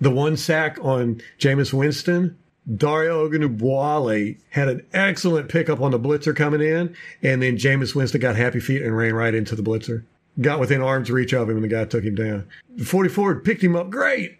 [SPEAKER 2] the one sack on Jameis Winston. Dario Ogunbowale had an excellent pickup on the blitzer coming in, and then Jameis Winston got happy feet and ran right into the blitzer. Got within arm's reach of him, and the guy took him down. The 44 picked him up great.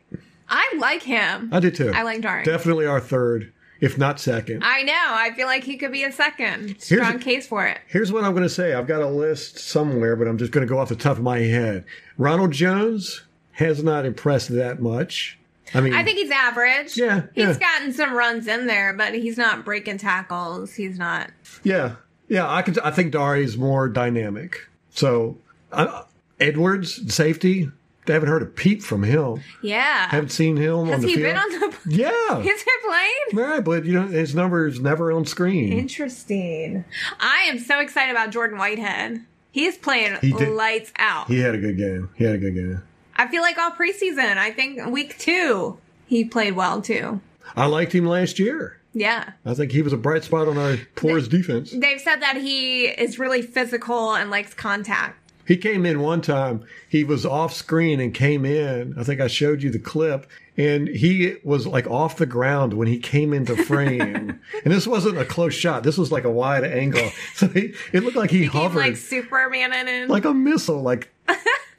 [SPEAKER 3] I like him.
[SPEAKER 2] I did too.
[SPEAKER 3] I like Dario.
[SPEAKER 2] Definitely our third, if not second.
[SPEAKER 3] I know. I feel like he could be a second. Strong
[SPEAKER 2] a-
[SPEAKER 3] case for it.
[SPEAKER 2] Here's what I'm going to say. I've got a list somewhere, but I'm just going to go off the top of my head. Ronald Jones has not impressed that much. I mean,
[SPEAKER 3] I think he's average.
[SPEAKER 2] Yeah,
[SPEAKER 3] he's
[SPEAKER 2] yeah.
[SPEAKER 3] gotten some runs in there, but he's not breaking tackles. He's not.
[SPEAKER 2] yeah, yeah. I could. I think Dari's more dynamic. So I, Edwards, safety. They haven't heard a peep from him.
[SPEAKER 3] Yeah.
[SPEAKER 2] Haven't seen him on
[SPEAKER 3] Has
[SPEAKER 2] the
[SPEAKER 3] he
[SPEAKER 2] field.
[SPEAKER 3] been on the.
[SPEAKER 2] yeah,
[SPEAKER 3] Is he playing?
[SPEAKER 2] right. But you know, his number is never on screen.
[SPEAKER 3] Interesting. I am so excited about Jordan Whitehead. He's playing
[SPEAKER 2] He did-
[SPEAKER 3] lights out.
[SPEAKER 2] He had a good game. He had a good game.
[SPEAKER 3] I feel like all preseason. I think week two, he played well too.
[SPEAKER 2] I liked him last year.
[SPEAKER 3] Yeah.
[SPEAKER 2] I think he was a bright spot on our poorest defense.
[SPEAKER 3] They've said that he is really physical and likes contact.
[SPEAKER 2] He came in one time. He was off screen and came in. I think I showed you the clip. And he was like off the ground when he came into frame. and this wasn't a close shot. This was like a wide angle. So he, it looked like he,
[SPEAKER 3] He's
[SPEAKER 2] hovered
[SPEAKER 3] like
[SPEAKER 2] like,
[SPEAKER 3] Superman in it.
[SPEAKER 2] a missile. Like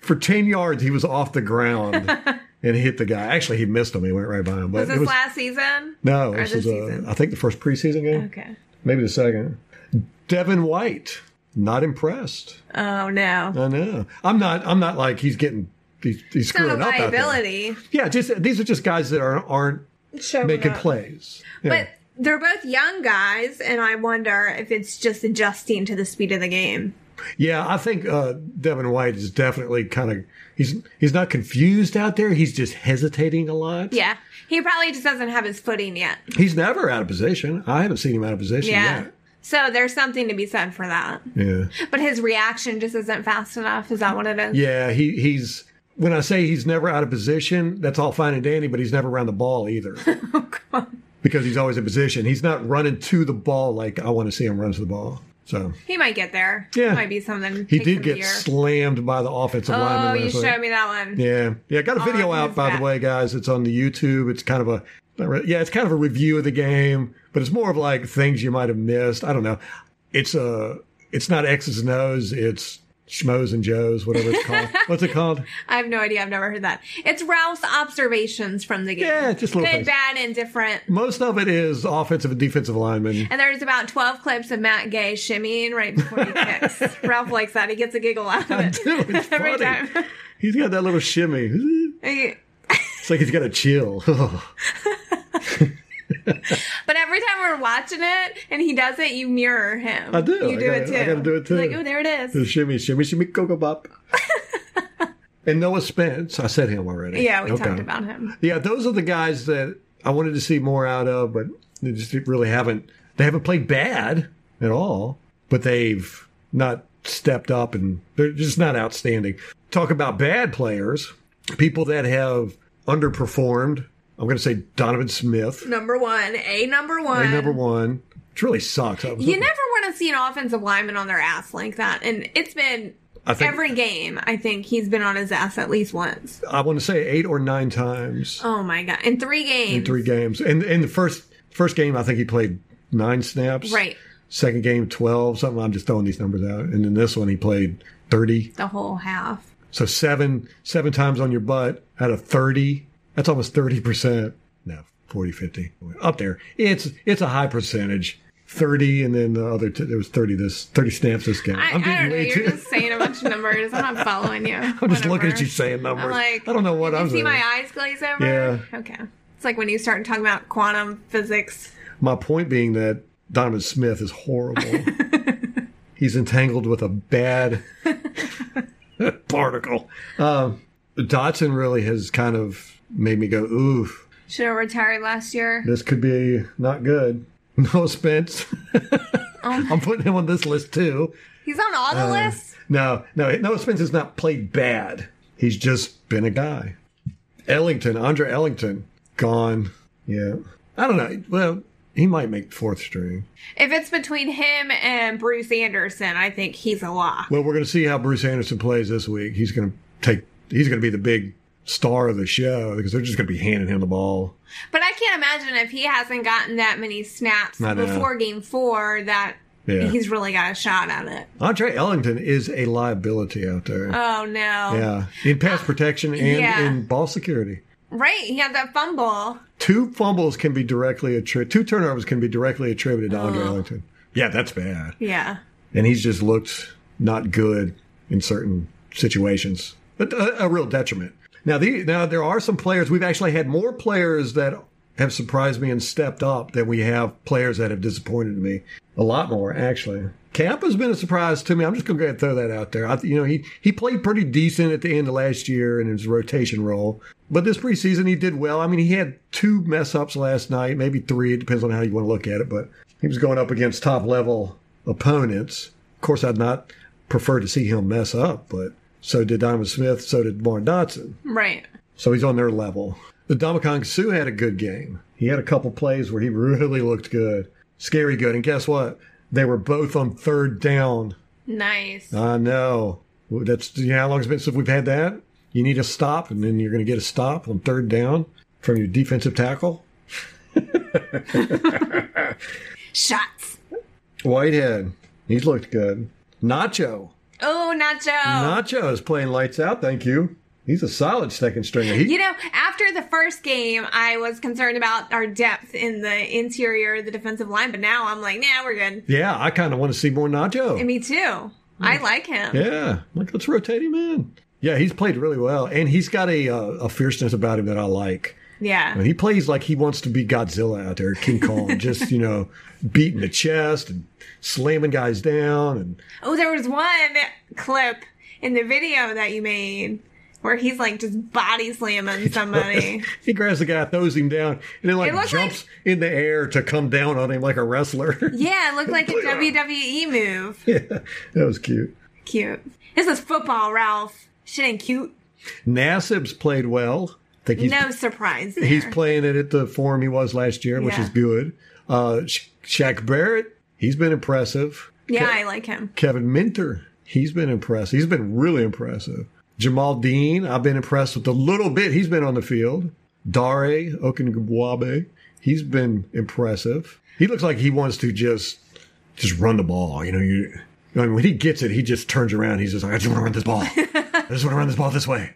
[SPEAKER 2] for 10 yards, he was off the ground and hit the guy. Actually, he missed him. He went right by him. But
[SPEAKER 3] was
[SPEAKER 2] it
[SPEAKER 3] this
[SPEAKER 2] was,
[SPEAKER 3] last season?
[SPEAKER 2] no, this
[SPEAKER 3] this
[SPEAKER 2] was, uh,
[SPEAKER 3] season?
[SPEAKER 2] I think the first preseason game,
[SPEAKER 3] Okay.
[SPEAKER 2] maybe the second. Devin White, not impressed.
[SPEAKER 3] Oh no.
[SPEAKER 2] I know. I'm not. I'm not like he's getting. He's, he's
[SPEAKER 3] It's not a
[SPEAKER 2] screwing up out there.
[SPEAKER 3] liability.
[SPEAKER 2] Yeah, just these are just guys that are, aren't
[SPEAKER 3] Showing
[SPEAKER 2] making
[SPEAKER 3] up.
[SPEAKER 2] plays. Yeah.
[SPEAKER 3] But they're both young guys, and I wonder if it's just adjusting to the speed of the game.
[SPEAKER 2] yeah, I think uh, Devin White is definitely kind of he's he's not confused out there. He's just hesitating a lot.
[SPEAKER 3] Yeah. He probably just doesn't have his footing yet.
[SPEAKER 2] he's never out of position. I haven't seen him out of position
[SPEAKER 3] Yeah. So there's something to be said for that.
[SPEAKER 2] yet. Yeah,
[SPEAKER 3] But his reaction just isn't fast enough. Is that what it is?
[SPEAKER 2] yeah. He he's when I say he's never out of position, that's all fine and dandy. But he's never around the ball either. Because he's always in position. He's not running to the ball like I want to see him run to the ball. So
[SPEAKER 3] He might get there.
[SPEAKER 2] Yeah.
[SPEAKER 3] Might be something.
[SPEAKER 2] He
[SPEAKER 3] take
[SPEAKER 2] did
[SPEAKER 3] some
[SPEAKER 2] get
[SPEAKER 3] year.
[SPEAKER 2] slammed by the offensive
[SPEAKER 3] Oh,
[SPEAKER 2] lineman.
[SPEAKER 3] you
[SPEAKER 2] last week.
[SPEAKER 3] showed me Oh, that one.
[SPEAKER 2] Yeah, yeah. Got a video
[SPEAKER 3] On
[SPEAKER 2] out
[SPEAKER 3] his
[SPEAKER 2] by
[SPEAKER 3] back.
[SPEAKER 2] the way, guys. It's on the YouTube. It's kind of a not really- yeah, it's kind of a review of the game, but it's more of like things you might have missed. I don't know. It's a it's not X's and O's. It's schmoes and joes, whatever it's called. What's it called?
[SPEAKER 3] I have no idea. I've never heard that. It's Ralph's observations from the game.
[SPEAKER 2] Yeah, just little
[SPEAKER 3] good,
[SPEAKER 2] things.
[SPEAKER 3] bad, and different.
[SPEAKER 2] Most of it is offensive and defensive linemen.
[SPEAKER 3] And there's about 12 clips of Matt Gay shimmying right before he kicks. Ralph likes that. He gets a giggle out of it.
[SPEAKER 2] Dude, it's
[SPEAKER 3] Every
[SPEAKER 2] funny.
[SPEAKER 3] time.
[SPEAKER 2] He's got that little shimmy.
[SPEAKER 3] He-
[SPEAKER 2] It's like he's got a chill. Oh.
[SPEAKER 3] But every time we're watching it and he does it, you mirror him.
[SPEAKER 2] I do. I
[SPEAKER 3] You do it too.
[SPEAKER 2] gotta- I gotta do it, too.
[SPEAKER 3] Like, oh, there it is.
[SPEAKER 2] The shimmy, shimmy, shimmy, cocoa bop. and Noah Spence, I said him already.
[SPEAKER 3] Yeah, we
[SPEAKER 2] Okay.
[SPEAKER 3] talked about him.
[SPEAKER 2] Yeah, those are the guys that I wanted to see more out of, but they just really haven't. They haven't played bad at all, but they've not stepped up, and they're just not outstanding. Talk about bad players, people that have underperformed. I'm going to say Donovan Smith,
[SPEAKER 3] Number one, a number one.
[SPEAKER 2] a number one. Which really sucks. I was-
[SPEAKER 3] You never want to see an offensive lineman on their ass like that. And it's been
[SPEAKER 2] I think-
[SPEAKER 3] every game, I think he's been on his ass at least once.
[SPEAKER 2] I want to say eight or nine times.
[SPEAKER 3] Oh my God. In three games.
[SPEAKER 2] three games. And in the first first game, I think he played nine snaps.
[SPEAKER 3] Right.
[SPEAKER 2] Second game, twelve something. I'm just throwing these numbers out. And then this one, he played thirty.
[SPEAKER 3] The whole half.
[SPEAKER 2] So seven seven times on your butt out of thirty. That's almost thirty percent. No, 40, 50. up there. It's it's a high percentage. Thirty, and then the other two, there was thirty this thirty snaps this game.
[SPEAKER 3] I, I don't know.
[SPEAKER 2] way
[SPEAKER 3] You're
[SPEAKER 2] too-
[SPEAKER 3] just saying a bunch of numbers. I'm not following you.
[SPEAKER 2] I'm just looking at you saying numbers.
[SPEAKER 3] I'm like,
[SPEAKER 2] I don't know what
[SPEAKER 3] did
[SPEAKER 2] I'm
[SPEAKER 3] you see
[SPEAKER 2] saying.
[SPEAKER 3] my eyes glaze over?
[SPEAKER 2] Yeah.
[SPEAKER 3] Okay. It's like when you start talking about quantum physics.
[SPEAKER 2] My point being that Donovan Smith is horrible. He's entangled with a bad particle. Um, Dotson really has kind of made me go, ooh,
[SPEAKER 3] Should have retired last year.
[SPEAKER 2] this could be not good. No Spence. I'm putting him on this list too.
[SPEAKER 3] He's on all
[SPEAKER 2] Uh.
[SPEAKER 3] the lists.
[SPEAKER 2] No, no, no Spence has not played bad. He's just been a guy. Ellington, Andre Ellington, gone. Yeah. I don't know. Well, He might make fourth string.
[SPEAKER 3] If it's between him and Bruce Anderson, I think he's a lock.
[SPEAKER 2] Well, we're going to see how Bruce Anderson plays this week. He's going to take. He's going to be the big star of the show because they're just going to be handing him the ball.
[SPEAKER 3] But I can't imagine if he hasn't gotten that many snaps
[SPEAKER 2] I know.
[SPEAKER 3] before game four that
[SPEAKER 2] Yeah.
[SPEAKER 3] he's really got a shot at it.
[SPEAKER 2] Andre Ellington is a liability out there.
[SPEAKER 3] Oh no.
[SPEAKER 2] yeah, in pass protection and
[SPEAKER 3] yeah.
[SPEAKER 2] in ball security.
[SPEAKER 3] Right, he had that fumble.
[SPEAKER 2] Two fumbles can be directly attributed. Two turnovers can be directly attributed to Andre Ellington. Yeah, that's bad.
[SPEAKER 3] Yeah.
[SPEAKER 2] and he's just looked not good in certain situations, but a, a real detriment. Now, the, now there are some players we've actually had more players that have surprised me and stepped up than we have players that have disappointed me. A lot more actually. Campa's been a surprise to me. I'm just going to go ahead and throw that out there. I, you know, he he played pretty decent at the end of last year in his rotation role, but this preseason he did well. I mean, he had two mess ups last night, maybe three. It depends on how you want to look at it, but he was going up against top level opponents. Of course, I'd not prefer to see him mess up, but so did Diamond Smith, so did Warren Dotson.
[SPEAKER 3] Right.
[SPEAKER 2] So he's on their level. The Domikong Su had a good game. He had a couple plays where he really looked good, scary good. And guess what? They were both on third down.
[SPEAKER 3] Nice.
[SPEAKER 2] I know. Well, That's you know how long it's been since we've had that. You need a stop, and then you're going to get a stop on third down from your defensive tackle.
[SPEAKER 3] Shots.
[SPEAKER 2] Whitehead, he's looked good. Nacho,
[SPEAKER 3] Oh, Nacho.
[SPEAKER 2] Nacho is playing lights out. Thank you. He's a solid second stringer. He,
[SPEAKER 3] You know, after the first game, I was concerned about our depth in the interior, the defensive line, but now I'm like, nah, we're good.
[SPEAKER 2] yeah, I kind of want to see more Nacho.
[SPEAKER 3] Me too.
[SPEAKER 2] Mm.
[SPEAKER 3] I like him.
[SPEAKER 2] Yeah, like let's rotate him in. Yeah, he's played really well, and he's got a uh, a fierceness about him that I like. I
[SPEAKER 3] Yeah.
[SPEAKER 2] mean, he plays like he wants to be Godzilla out there, King Kong, just you know, beating the chest and slamming guys down, and
[SPEAKER 3] Oh, there was one clip in the video that you made where he's like just body slamming somebody.
[SPEAKER 2] he grabs the guy, throws him down, and then like
[SPEAKER 3] It looks
[SPEAKER 2] jumps
[SPEAKER 3] like-
[SPEAKER 2] in the air to come down on him like a wrestler.
[SPEAKER 3] yeah, it looked like a WWE move.
[SPEAKER 2] yeah, that was cute.
[SPEAKER 3] Cute. This is football, Ralph. Shit ain't cute.
[SPEAKER 2] Nassib's played well. I think he's
[SPEAKER 3] No surprise. There.
[SPEAKER 2] He's playing it at the form he was last year, which
[SPEAKER 3] Yeah.
[SPEAKER 2] is good. Uh, Sha- Shaq Barrett, he's been impressive.
[SPEAKER 3] yeah, I like him.
[SPEAKER 2] Kevin Minter, he's been impressive. He's been really impressive. Jamal Dean, I've been impressed with the little bit he's been on the field. Dare Okungwabe, he's been impressive. He looks like he wants to just just run the ball. You know, you. I mean, when he gets it, he just turns around. He's just like, I just want to run this ball. I just want to run this ball this way.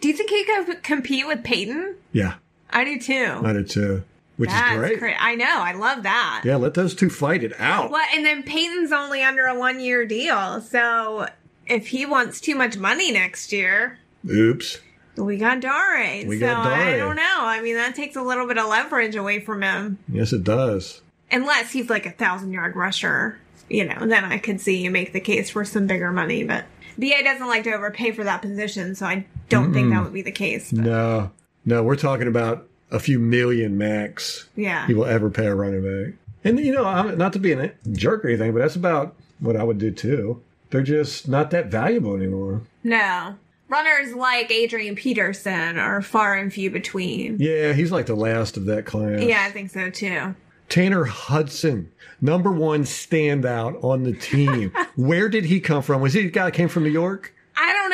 [SPEAKER 3] Do you think he could compete with Peyton?
[SPEAKER 2] Yeah,
[SPEAKER 3] I do too.
[SPEAKER 2] I did too, which
[SPEAKER 3] That's
[SPEAKER 2] is Uh, great.
[SPEAKER 3] cra- I know. I love that.
[SPEAKER 2] Yeah, let those two fight it out.
[SPEAKER 3] Well, and then Peyton's only under a one year deal. So if he wants too much money next year,
[SPEAKER 2] Oops.
[SPEAKER 3] we got Dare.
[SPEAKER 2] We
[SPEAKER 3] so
[SPEAKER 2] got
[SPEAKER 3] I
[SPEAKER 2] Dare.
[SPEAKER 3] don't know. I mean, that takes a little bit of leverage away from him.
[SPEAKER 2] Yes, it does.
[SPEAKER 3] Unless he's like a thousand yard rusher, you know, then I could see you make the case for some bigger money. But BA doesn't like to overpay for that position. So I don't think that would be the case. But
[SPEAKER 2] No, no, we're talking about a few million max
[SPEAKER 3] yeah.
[SPEAKER 2] he will ever pay a running back. And you know, I'm not to be a jerk or anything, but that's about what I would do too. They're just not that valuable anymore.
[SPEAKER 3] No. Runners like Adrian Peterson are far and few between.
[SPEAKER 2] Yeah, he's like the last of that class.
[SPEAKER 3] Yeah, I think so too.
[SPEAKER 2] Tanner Hudson, number one standout on the team. Where did he come from? Was he the guy that came from New York?
[SPEAKER 3] I don't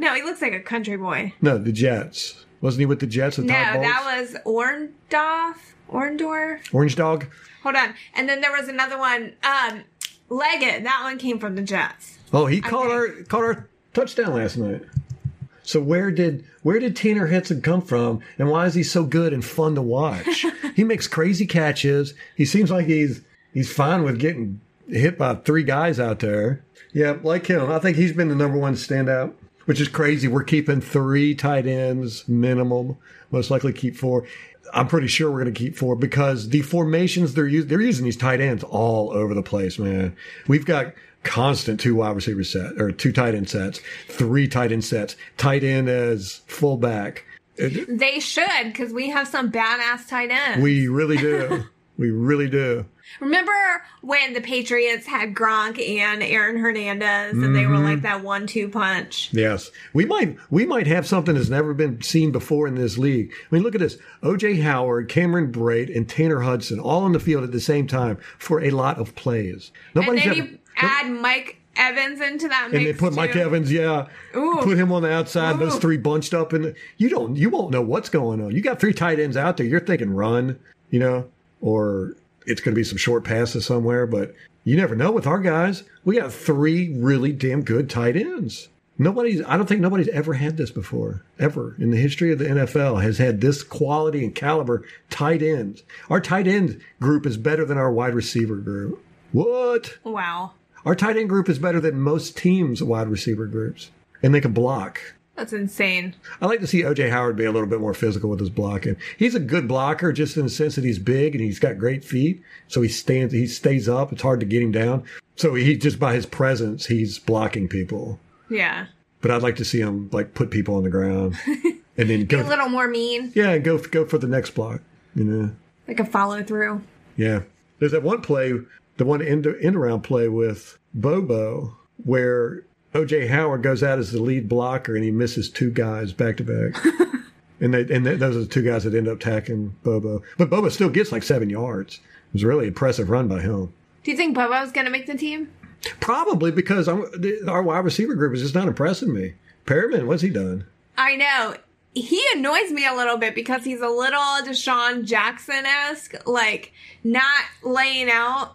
[SPEAKER 3] know. No, he looks like a country boy.
[SPEAKER 2] No, the Jets. Wasn't he with the Jets? With
[SPEAKER 3] No,
[SPEAKER 2] Todd Bowles?
[SPEAKER 3] that was Orndorff. Orndorff.
[SPEAKER 2] Orange Dog.
[SPEAKER 3] Hold on. And then there was another one. Um, Leggett. That one came from the Jets.
[SPEAKER 2] Oh, he caught our caught our touchdown last night. So where did where did Tanner Hudson come from, and why is he so good and fun to watch? he makes crazy catches. He seems like he's he's fine with getting hit by three guys out there. Yeah, like him, I think he's been the number one standout, which is crazy. We're keeping three tight ends minimum. Most likely keep four. I'm pretty sure we're going to keep four because the formations they're using, they're using these tight ends all over the place, man. We've got constant two wide receiver set or two tight end sets, three tight end sets, tight end as fullback.
[SPEAKER 3] They should, because we have some badass tight end.
[SPEAKER 2] We really do. We really do.
[SPEAKER 3] Remember when the Patriots had Gronk and Aaron Hernandez, and they were
[SPEAKER 2] Mm-hmm.
[SPEAKER 3] like that one-two punch?
[SPEAKER 2] Yes, we might we might have something that's never been seen before in this league. I mean, look at this: OJ Howard, Cameron Braid, and Tanner Hudson all on the field at the same time for a lot of plays.
[SPEAKER 3] And
[SPEAKER 2] Nobody's
[SPEAKER 3] then
[SPEAKER 2] ever.
[SPEAKER 3] you add Mike Evans into that mix
[SPEAKER 2] and they put Mike
[SPEAKER 3] too.
[SPEAKER 2] Evans, yeah,
[SPEAKER 3] Ooh.
[SPEAKER 2] put him on the outside. Those
[SPEAKER 3] Ooh.
[SPEAKER 2] three bunched up, and you don't, you won't know what's going on. You got three tight ends out there. You're thinking run, you know, or it's going to be some short passes somewhere. But you never know with our guys. We got three really damn good tight ends. Nobody's, I don't think nobody's ever had this before, ever in the history of the NFL has had this quality and caliber tight ends. Our tight end group is better than our wide receiver group. What?
[SPEAKER 3] Wow,
[SPEAKER 2] Our tight end group is better than most teams' wide receiver groups, and they can block.
[SPEAKER 3] that's insane.
[SPEAKER 2] I like to see OJ Howard be a little bit more physical with his blocking. He's a good blocker, just in the sense that he's big and he's got great feet, so he stands, he stays up. It's hard to get him down. So he just by his presence, he's blocking people.
[SPEAKER 3] Yeah,
[SPEAKER 2] But I'd like to see him like put people on the ground and then
[SPEAKER 3] a
[SPEAKER 2] go,
[SPEAKER 3] little more mean,
[SPEAKER 2] yeah, go go for the next block. You know.
[SPEAKER 3] like a follow-through.
[SPEAKER 2] Yeah. There's that one play, the one end, end around play with Bobo, where OJ Howard goes out as the lead blocker and he misses two guys back to back. And, they, and th- those are the two guys that end up tackling Bobo. But Bobo still gets like seven yards. It was a really impressive run by him.
[SPEAKER 3] Do you think Bobo's gonna make the team?
[SPEAKER 2] Probably because I'm, the, our wide receiver group is just not impressing me. Perriman, what's he done?
[SPEAKER 3] I know. He annoys me a little bit because he's a little Deshaun Jackson esque, like not laying out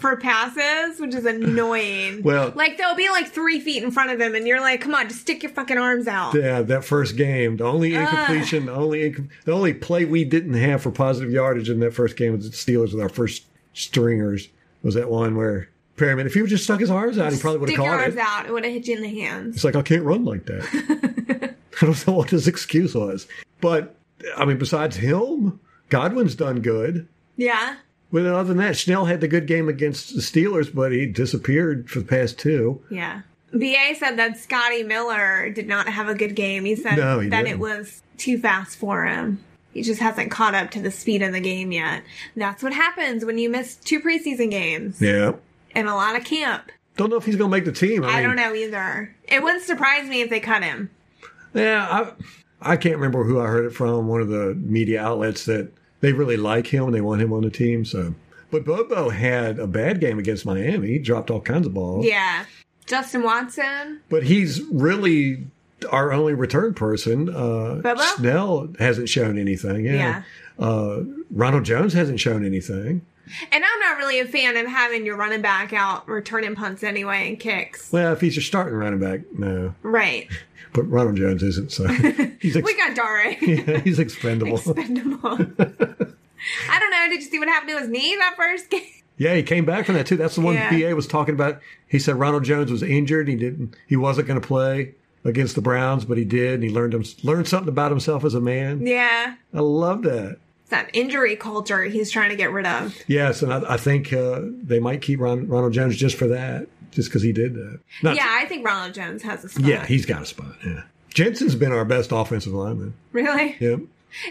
[SPEAKER 3] for passes, which is annoying.
[SPEAKER 2] Well-
[SPEAKER 3] like they'll be like three feet in front of him, and you're like, come on, just stick your fucking arms out.
[SPEAKER 2] Yeah, that first game, the only
[SPEAKER 3] Ah.
[SPEAKER 2] incompletion, the only incom- the only play we didn't have for positive yardage in that first game was the Steelers with our first stringers was that one where Perryman, if he would just stuck his arms out, he probably would
[SPEAKER 3] stick
[SPEAKER 2] have
[SPEAKER 3] your
[SPEAKER 2] caught
[SPEAKER 3] arms
[SPEAKER 2] it.
[SPEAKER 3] out. It would have hit you in the hands.
[SPEAKER 2] It's like I can't run like that. I don't know what his excuse was, but I mean, besides him, Godwin's done good.
[SPEAKER 3] Yeah.
[SPEAKER 2] Well, other than that, Schnell had the good game against the Steelers, but he disappeared for the past two.
[SPEAKER 3] Yeah. BA said that Scotty Miller did not have a good game. He said
[SPEAKER 2] No, he
[SPEAKER 3] that
[SPEAKER 2] didn't.
[SPEAKER 3] it was too fast for him. He just hasn't caught up to the speed of the game yet. That's what happens when you miss two preseason games
[SPEAKER 2] Yeah,
[SPEAKER 3] and a lot of camp.
[SPEAKER 2] don't know if he's going to make the team. I,
[SPEAKER 3] I
[SPEAKER 2] mean,
[SPEAKER 3] don't know either. It wouldn't surprise me if they cut him.
[SPEAKER 2] Yeah, I I can't remember who I heard it from. One of the media outlets that they really like him and they want him on the team. So, but Bobo had a bad game against Miami. He dropped all kinds of balls.
[SPEAKER 3] Yeah. Justin Watson.
[SPEAKER 2] But he's really our only return person. Uh,
[SPEAKER 3] Bobo?
[SPEAKER 2] Snell hasn't shown anything. Yeah. Uh, Ronald Jones hasn't shown anything.
[SPEAKER 3] And I'm not really a fan of having your running back out returning punts anyway and kicks.
[SPEAKER 2] Well, if he's your starting running back, no.
[SPEAKER 3] Right.
[SPEAKER 2] But Ronald Jones isn't. So he's ex-
[SPEAKER 3] We got Dare.
[SPEAKER 2] he's expendable.
[SPEAKER 3] Expendable. I don't know. Did you see what happened to his knee that first game?
[SPEAKER 2] Yeah, he came back from that too. That's the one
[SPEAKER 3] Yeah.
[SPEAKER 2] BA was talking about. He said Ronald Jones was injured. He didn't. He wasn't going to play against the Browns, but he did. And he learned him learned something about himself as a man.
[SPEAKER 3] Yeah.
[SPEAKER 2] I love that.
[SPEAKER 3] It's that injury culture he's trying to get rid of.
[SPEAKER 2] Yes, and I, I think uh, they might keep Ron, Ronald Jones just for that, just because he did that. Not-
[SPEAKER 3] Yeah, I think Ronald Jones has a spot.
[SPEAKER 2] yeah, he's got a spot. Yeah, Jensen's been our best offensive lineman.
[SPEAKER 3] Really?
[SPEAKER 2] Yeah,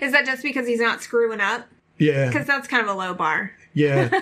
[SPEAKER 3] Is that just because he's not screwing up?
[SPEAKER 2] yeah,
[SPEAKER 3] Because that's kind of a low bar.
[SPEAKER 2] yeah.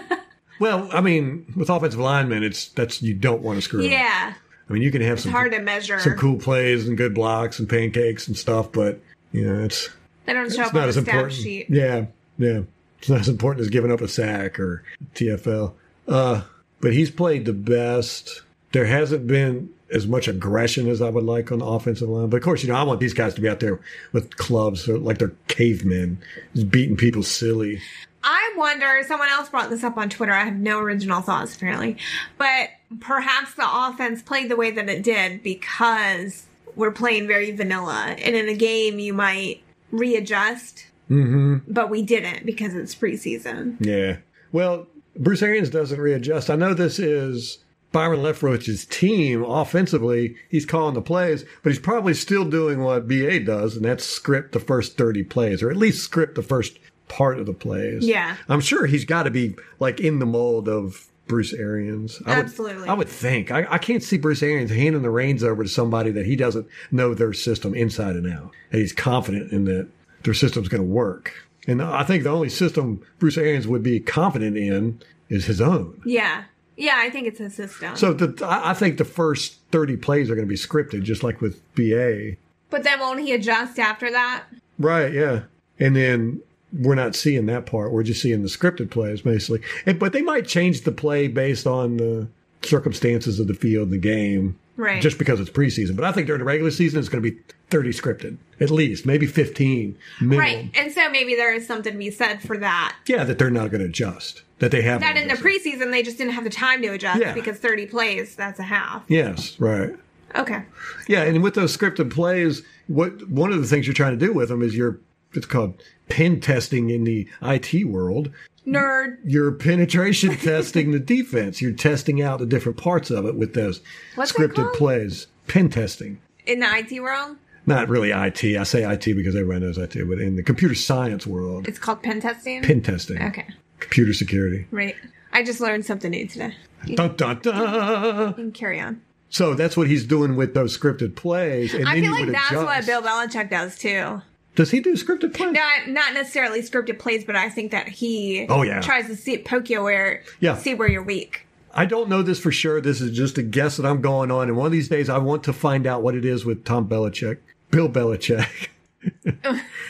[SPEAKER 2] well, I mean, with offensive linemen, it's that's you don't want to screw. up.
[SPEAKER 3] Yeah.
[SPEAKER 2] I mean, you can have some
[SPEAKER 3] It's hard to measure.
[SPEAKER 2] some cool plays and good blocks and pancakes and stuff, but you know, it's
[SPEAKER 3] they don't show
[SPEAKER 2] it's
[SPEAKER 3] up on
[SPEAKER 2] not
[SPEAKER 3] the
[SPEAKER 2] as
[SPEAKER 3] stat
[SPEAKER 2] important.
[SPEAKER 3] sheet.
[SPEAKER 2] Yeah, yeah. It's not as important as giving up a sack or TFL. Uh, but he's played the best. There hasn't been as much aggression as I would like on the offensive line. But of course, you know, I want these guys to be out there with clubs so- like they're cavemen, just beating people silly.
[SPEAKER 3] I wonder, someone else brought this up on Twitter. I have no original thoughts, apparently. But perhaps the offense played the way that it did because we're playing very vanilla. And in a game, you might readjust. Mm-hmm. But we didn't because it's preseason.
[SPEAKER 2] Yeah. Well, Bruce Arians doesn't readjust. I know this is Byron Leftwich's team offensively. He's calling the plays, but he's probably still doing what BA does, and that's script the first 30 plays, or at least script the first part of the plays.
[SPEAKER 3] Yeah.
[SPEAKER 2] I'm sure he's got to be like in the mold of Bruce Arians. I would-
[SPEAKER 3] Absolutely.
[SPEAKER 2] I would think. I, I can't see Bruce Arians handing the reins over to somebody that he doesn't know their system inside and out, and he's confident in that their system's going to work. And I think the only system Bruce Arians would be confident in is his own.
[SPEAKER 3] Yeah. Yeah, I think it's a system.
[SPEAKER 2] So the, I I think the first 30 plays are going to be scripted, just like with BA.
[SPEAKER 3] but then won't he adjust after that?
[SPEAKER 2] Right, yeah. And then we're not seeing that part. We're just seeing the scripted plays, basically. And, but they might change the play based on the circumstances of the field and the game,
[SPEAKER 3] Right.
[SPEAKER 2] just because it's preseason. But I think during the regular season, it's going to be 30 scripted, at least, maybe 15 minimum.
[SPEAKER 3] Right. And so maybe there is something to be said for that.
[SPEAKER 2] Yeah, that they're not going to adjust, that they have
[SPEAKER 3] That in the preseason, they just didn't have the time to adjust
[SPEAKER 2] Yeah.
[SPEAKER 3] because 30 plays, that's a half.
[SPEAKER 2] Yes, right.
[SPEAKER 3] Okay.
[SPEAKER 2] Yeah, and with those scripted plays, what one of the things you're trying to do with them is you're it's called pin testing in the IT world.
[SPEAKER 3] Nerd.
[SPEAKER 2] You're penetration testing the defense. You're testing out the different parts of it with those
[SPEAKER 3] What's that
[SPEAKER 2] scripted
[SPEAKER 3] called?
[SPEAKER 2] plays. Pin testing.
[SPEAKER 3] In the IT world,
[SPEAKER 2] Not really IT. I say IT because everyone knows IT, but in the computer science world,
[SPEAKER 3] it's called pen testing.
[SPEAKER 2] pin testing.
[SPEAKER 3] Okay.
[SPEAKER 2] Computer security.
[SPEAKER 3] Right. I just learned something new today. You
[SPEAKER 2] Dun, dun, dun.
[SPEAKER 3] can carry on.
[SPEAKER 2] So that's what he's doing with those scripted plays. And
[SPEAKER 3] I
[SPEAKER 2] then
[SPEAKER 3] feel
[SPEAKER 2] you
[SPEAKER 3] like
[SPEAKER 2] would
[SPEAKER 3] that's what
[SPEAKER 2] adjust.
[SPEAKER 3] Bill Belichick does too.
[SPEAKER 2] Does he do scripted plays?
[SPEAKER 3] Not not necessarily scripted plays, but I think that he
[SPEAKER 2] Oh, yeah.
[SPEAKER 3] tries to see poke you where
[SPEAKER 2] Yeah.
[SPEAKER 3] see where you're weak.
[SPEAKER 2] I don't know this for sure. This is just a guess that I'm going on. And one of these days, I want to find out what it is with Tom Belichick, Bill Belichick,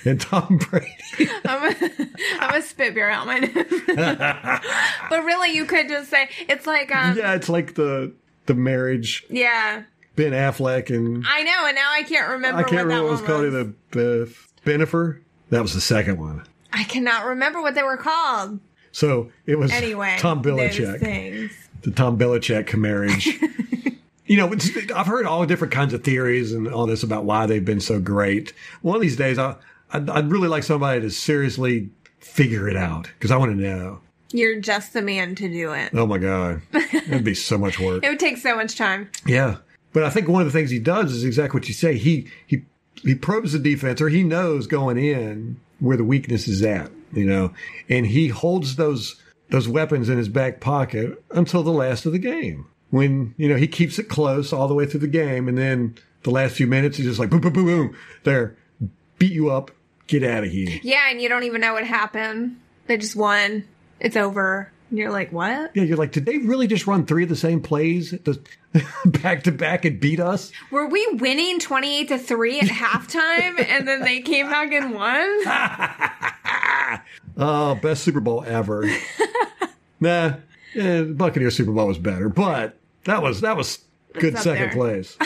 [SPEAKER 2] and Tom Brady.
[SPEAKER 3] I'm a, I'm a spit beer out my nose. but really, you could just say it's like um yeah.
[SPEAKER 2] Yeah, it's like the the marriage Ben Affleck and
[SPEAKER 3] I know, and now I can't remember.
[SPEAKER 2] I can't
[SPEAKER 3] what
[SPEAKER 2] remember what it was
[SPEAKER 3] that
[SPEAKER 2] called
[SPEAKER 3] one
[SPEAKER 2] either.
[SPEAKER 3] was.
[SPEAKER 2] Uh, Benifer. That was the second one.
[SPEAKER 3] I cannot remember what they were called.
[SPEAKER 2] So it was
[SPEAKER 3] Anyway,
[SPEAKER 2] Tom
[SPEAKER 3] those
[SPEAKER 2] Belichick,
[SPEAKER 3] things.
[SPEAKER 2] the Tom Belichick marriage. you know, it's, I've heard all different kinds of theories and all this about why they've been so great. One of these days, I I'd, I'd really like somebody to seriously figure it out because I want to know.
[SPEAKER 3] You're just the man to do it.
[SPEAKER 2] Oh my god, it'd be so much work.
[SPEAKER 3] It would take so much time.
[SPEAKER 2] Yeah, but I think one of the things he does is exactly what you say. He he he probes the defense, or he knows going in where the weakness is at. You know, and he holds those those weapons in his back pocket until the last of the game. When you know he keeps it close all the way through the game, and then the last few minutes he's just like boom, boom, boom, boom. There, beat you up, get out of here.
[SPEAKER 3] Yeah, and you don't even know what happened. They just won. It's over. And you're like, what?
[SPEAKER 2] Yeah, you're like, did they really just run three of the same plays the- back to back and beat us?
[SPEAKER 3] Were we winning 28 to 3 at halftime and then they came back and won?
[SPEAKER 2] Oh, best Super Bowl ever. nah, yeah, the Buccaneer Super Bowl was better, but that was that was good
[SPEAKER 3] It's up
[SPEAKER 2] second
[SPEAKER 3] there.
[SPEAKER 2] place.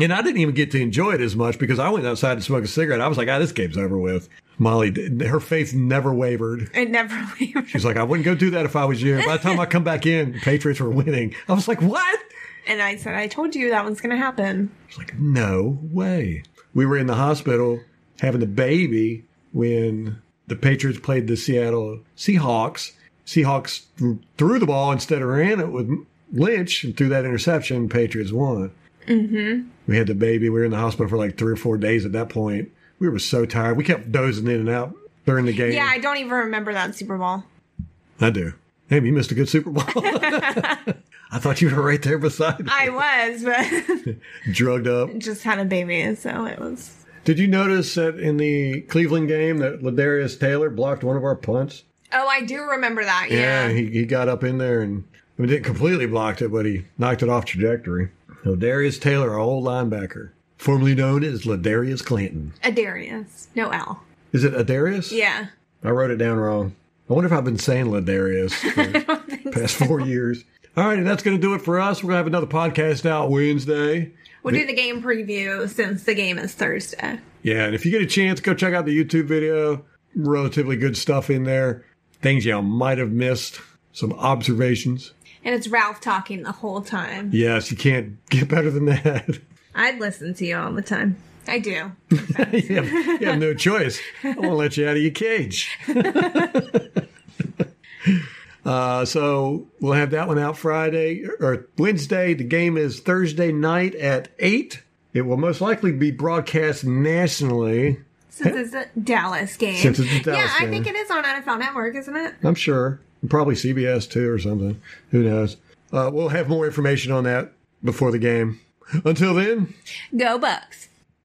[SPEAKER 2] And I didn't even get to enjoy it as much because I went outside to smoke a cigarette. I was like, ah, this game's over with. Molly, did- her faith never wavered.
[SPEAKER 3] It never wavered.
[SPEAKER 2] She's like, I wouldn't go do that if I was you. By the time I come back in, Patriots were winning. I was like, what?
[SPEAKER 3] And I said, I told you that one's going to happen.
[SPEAKER 2] It's like, no way. We were in the hospital having the baby when the Patriots played the Seattle Seahawks. Seahawks th- threw the ball instead of ran it with Lynch and threw that interception. Patriots won. Mm-hmm. We had the baby. We were in the hospital for like three or four days at that point. We were so tired. We kept dozing in and out during the game.
[SPEAKER 3] Yeah, I don't even remember that Super Bowl.
[SPEAKER 2] I do. Damn, you missed a good Super Bowl. I thought you were right there beside me,
[SPEAKER 3] I was, but
[SPEAKER 2] drugged up.
[SPEAKER 3] just had a baby, so it was.
[SPEAKER 2] Did you notice that in the Cleveland game that Ladarius Taylor blocked one of our punts?
[SPEAKER 3] Oh, I do remember that. Yeah.
[SPEAKER 2] he, he got up in there and I mean, didn't completely blocked it, but he knocked it off trajectory. Ladarius Taylor, our old linebacker, formerly known as Ladarius Clanton.
[SPEAKER 3] Adarius. No L.
[SPEAKER 2] Is it Adarius?
[SPEAKER 3] Yeah.
[SPEAKER 2] I wrote it down wrong. I wonder if I've been saying Ladarius for the past four years. All right, and that's going to do it for us. We're going to have another podcast out Wednesday.
[SPEAKER 3] We'll do the game preview since the game is Thursday.
[SPEAKER 2] Yeah, and if you get a chance, go check out the YouTube video. Relatively good stuff in there. Things y'all might have missed. Some observations.
[SPEAKER 3] And it's Ralph talking the whole time.
[SPEAKER 2] Yes, you can't get better than that.
[SPEAKER 3] I'd listen to you all the time. I do.
[SPEAKER 2] you, have, you have no choice. I won't let you out of your cage. uh, so we'll have that one out Friday or Wednesday. The game is Thursday night at 8. It will most likely be broadcast nationally,
[SPEAKER 3] Since it's a Dallas game.
[SPEAKER 2] Since it's a Dallas
[SPEAKER 3] yeah,
[SPEAKER 2] game.
[SPEAKER 3] I think it is on NFL Network, isn't it?
[SPEAKER 2] I'm sure. Probably CBS too or something. Who knows? Uh, we'll have more information on that before the game. Until then,
[SPEAKER 3] Go Bucks.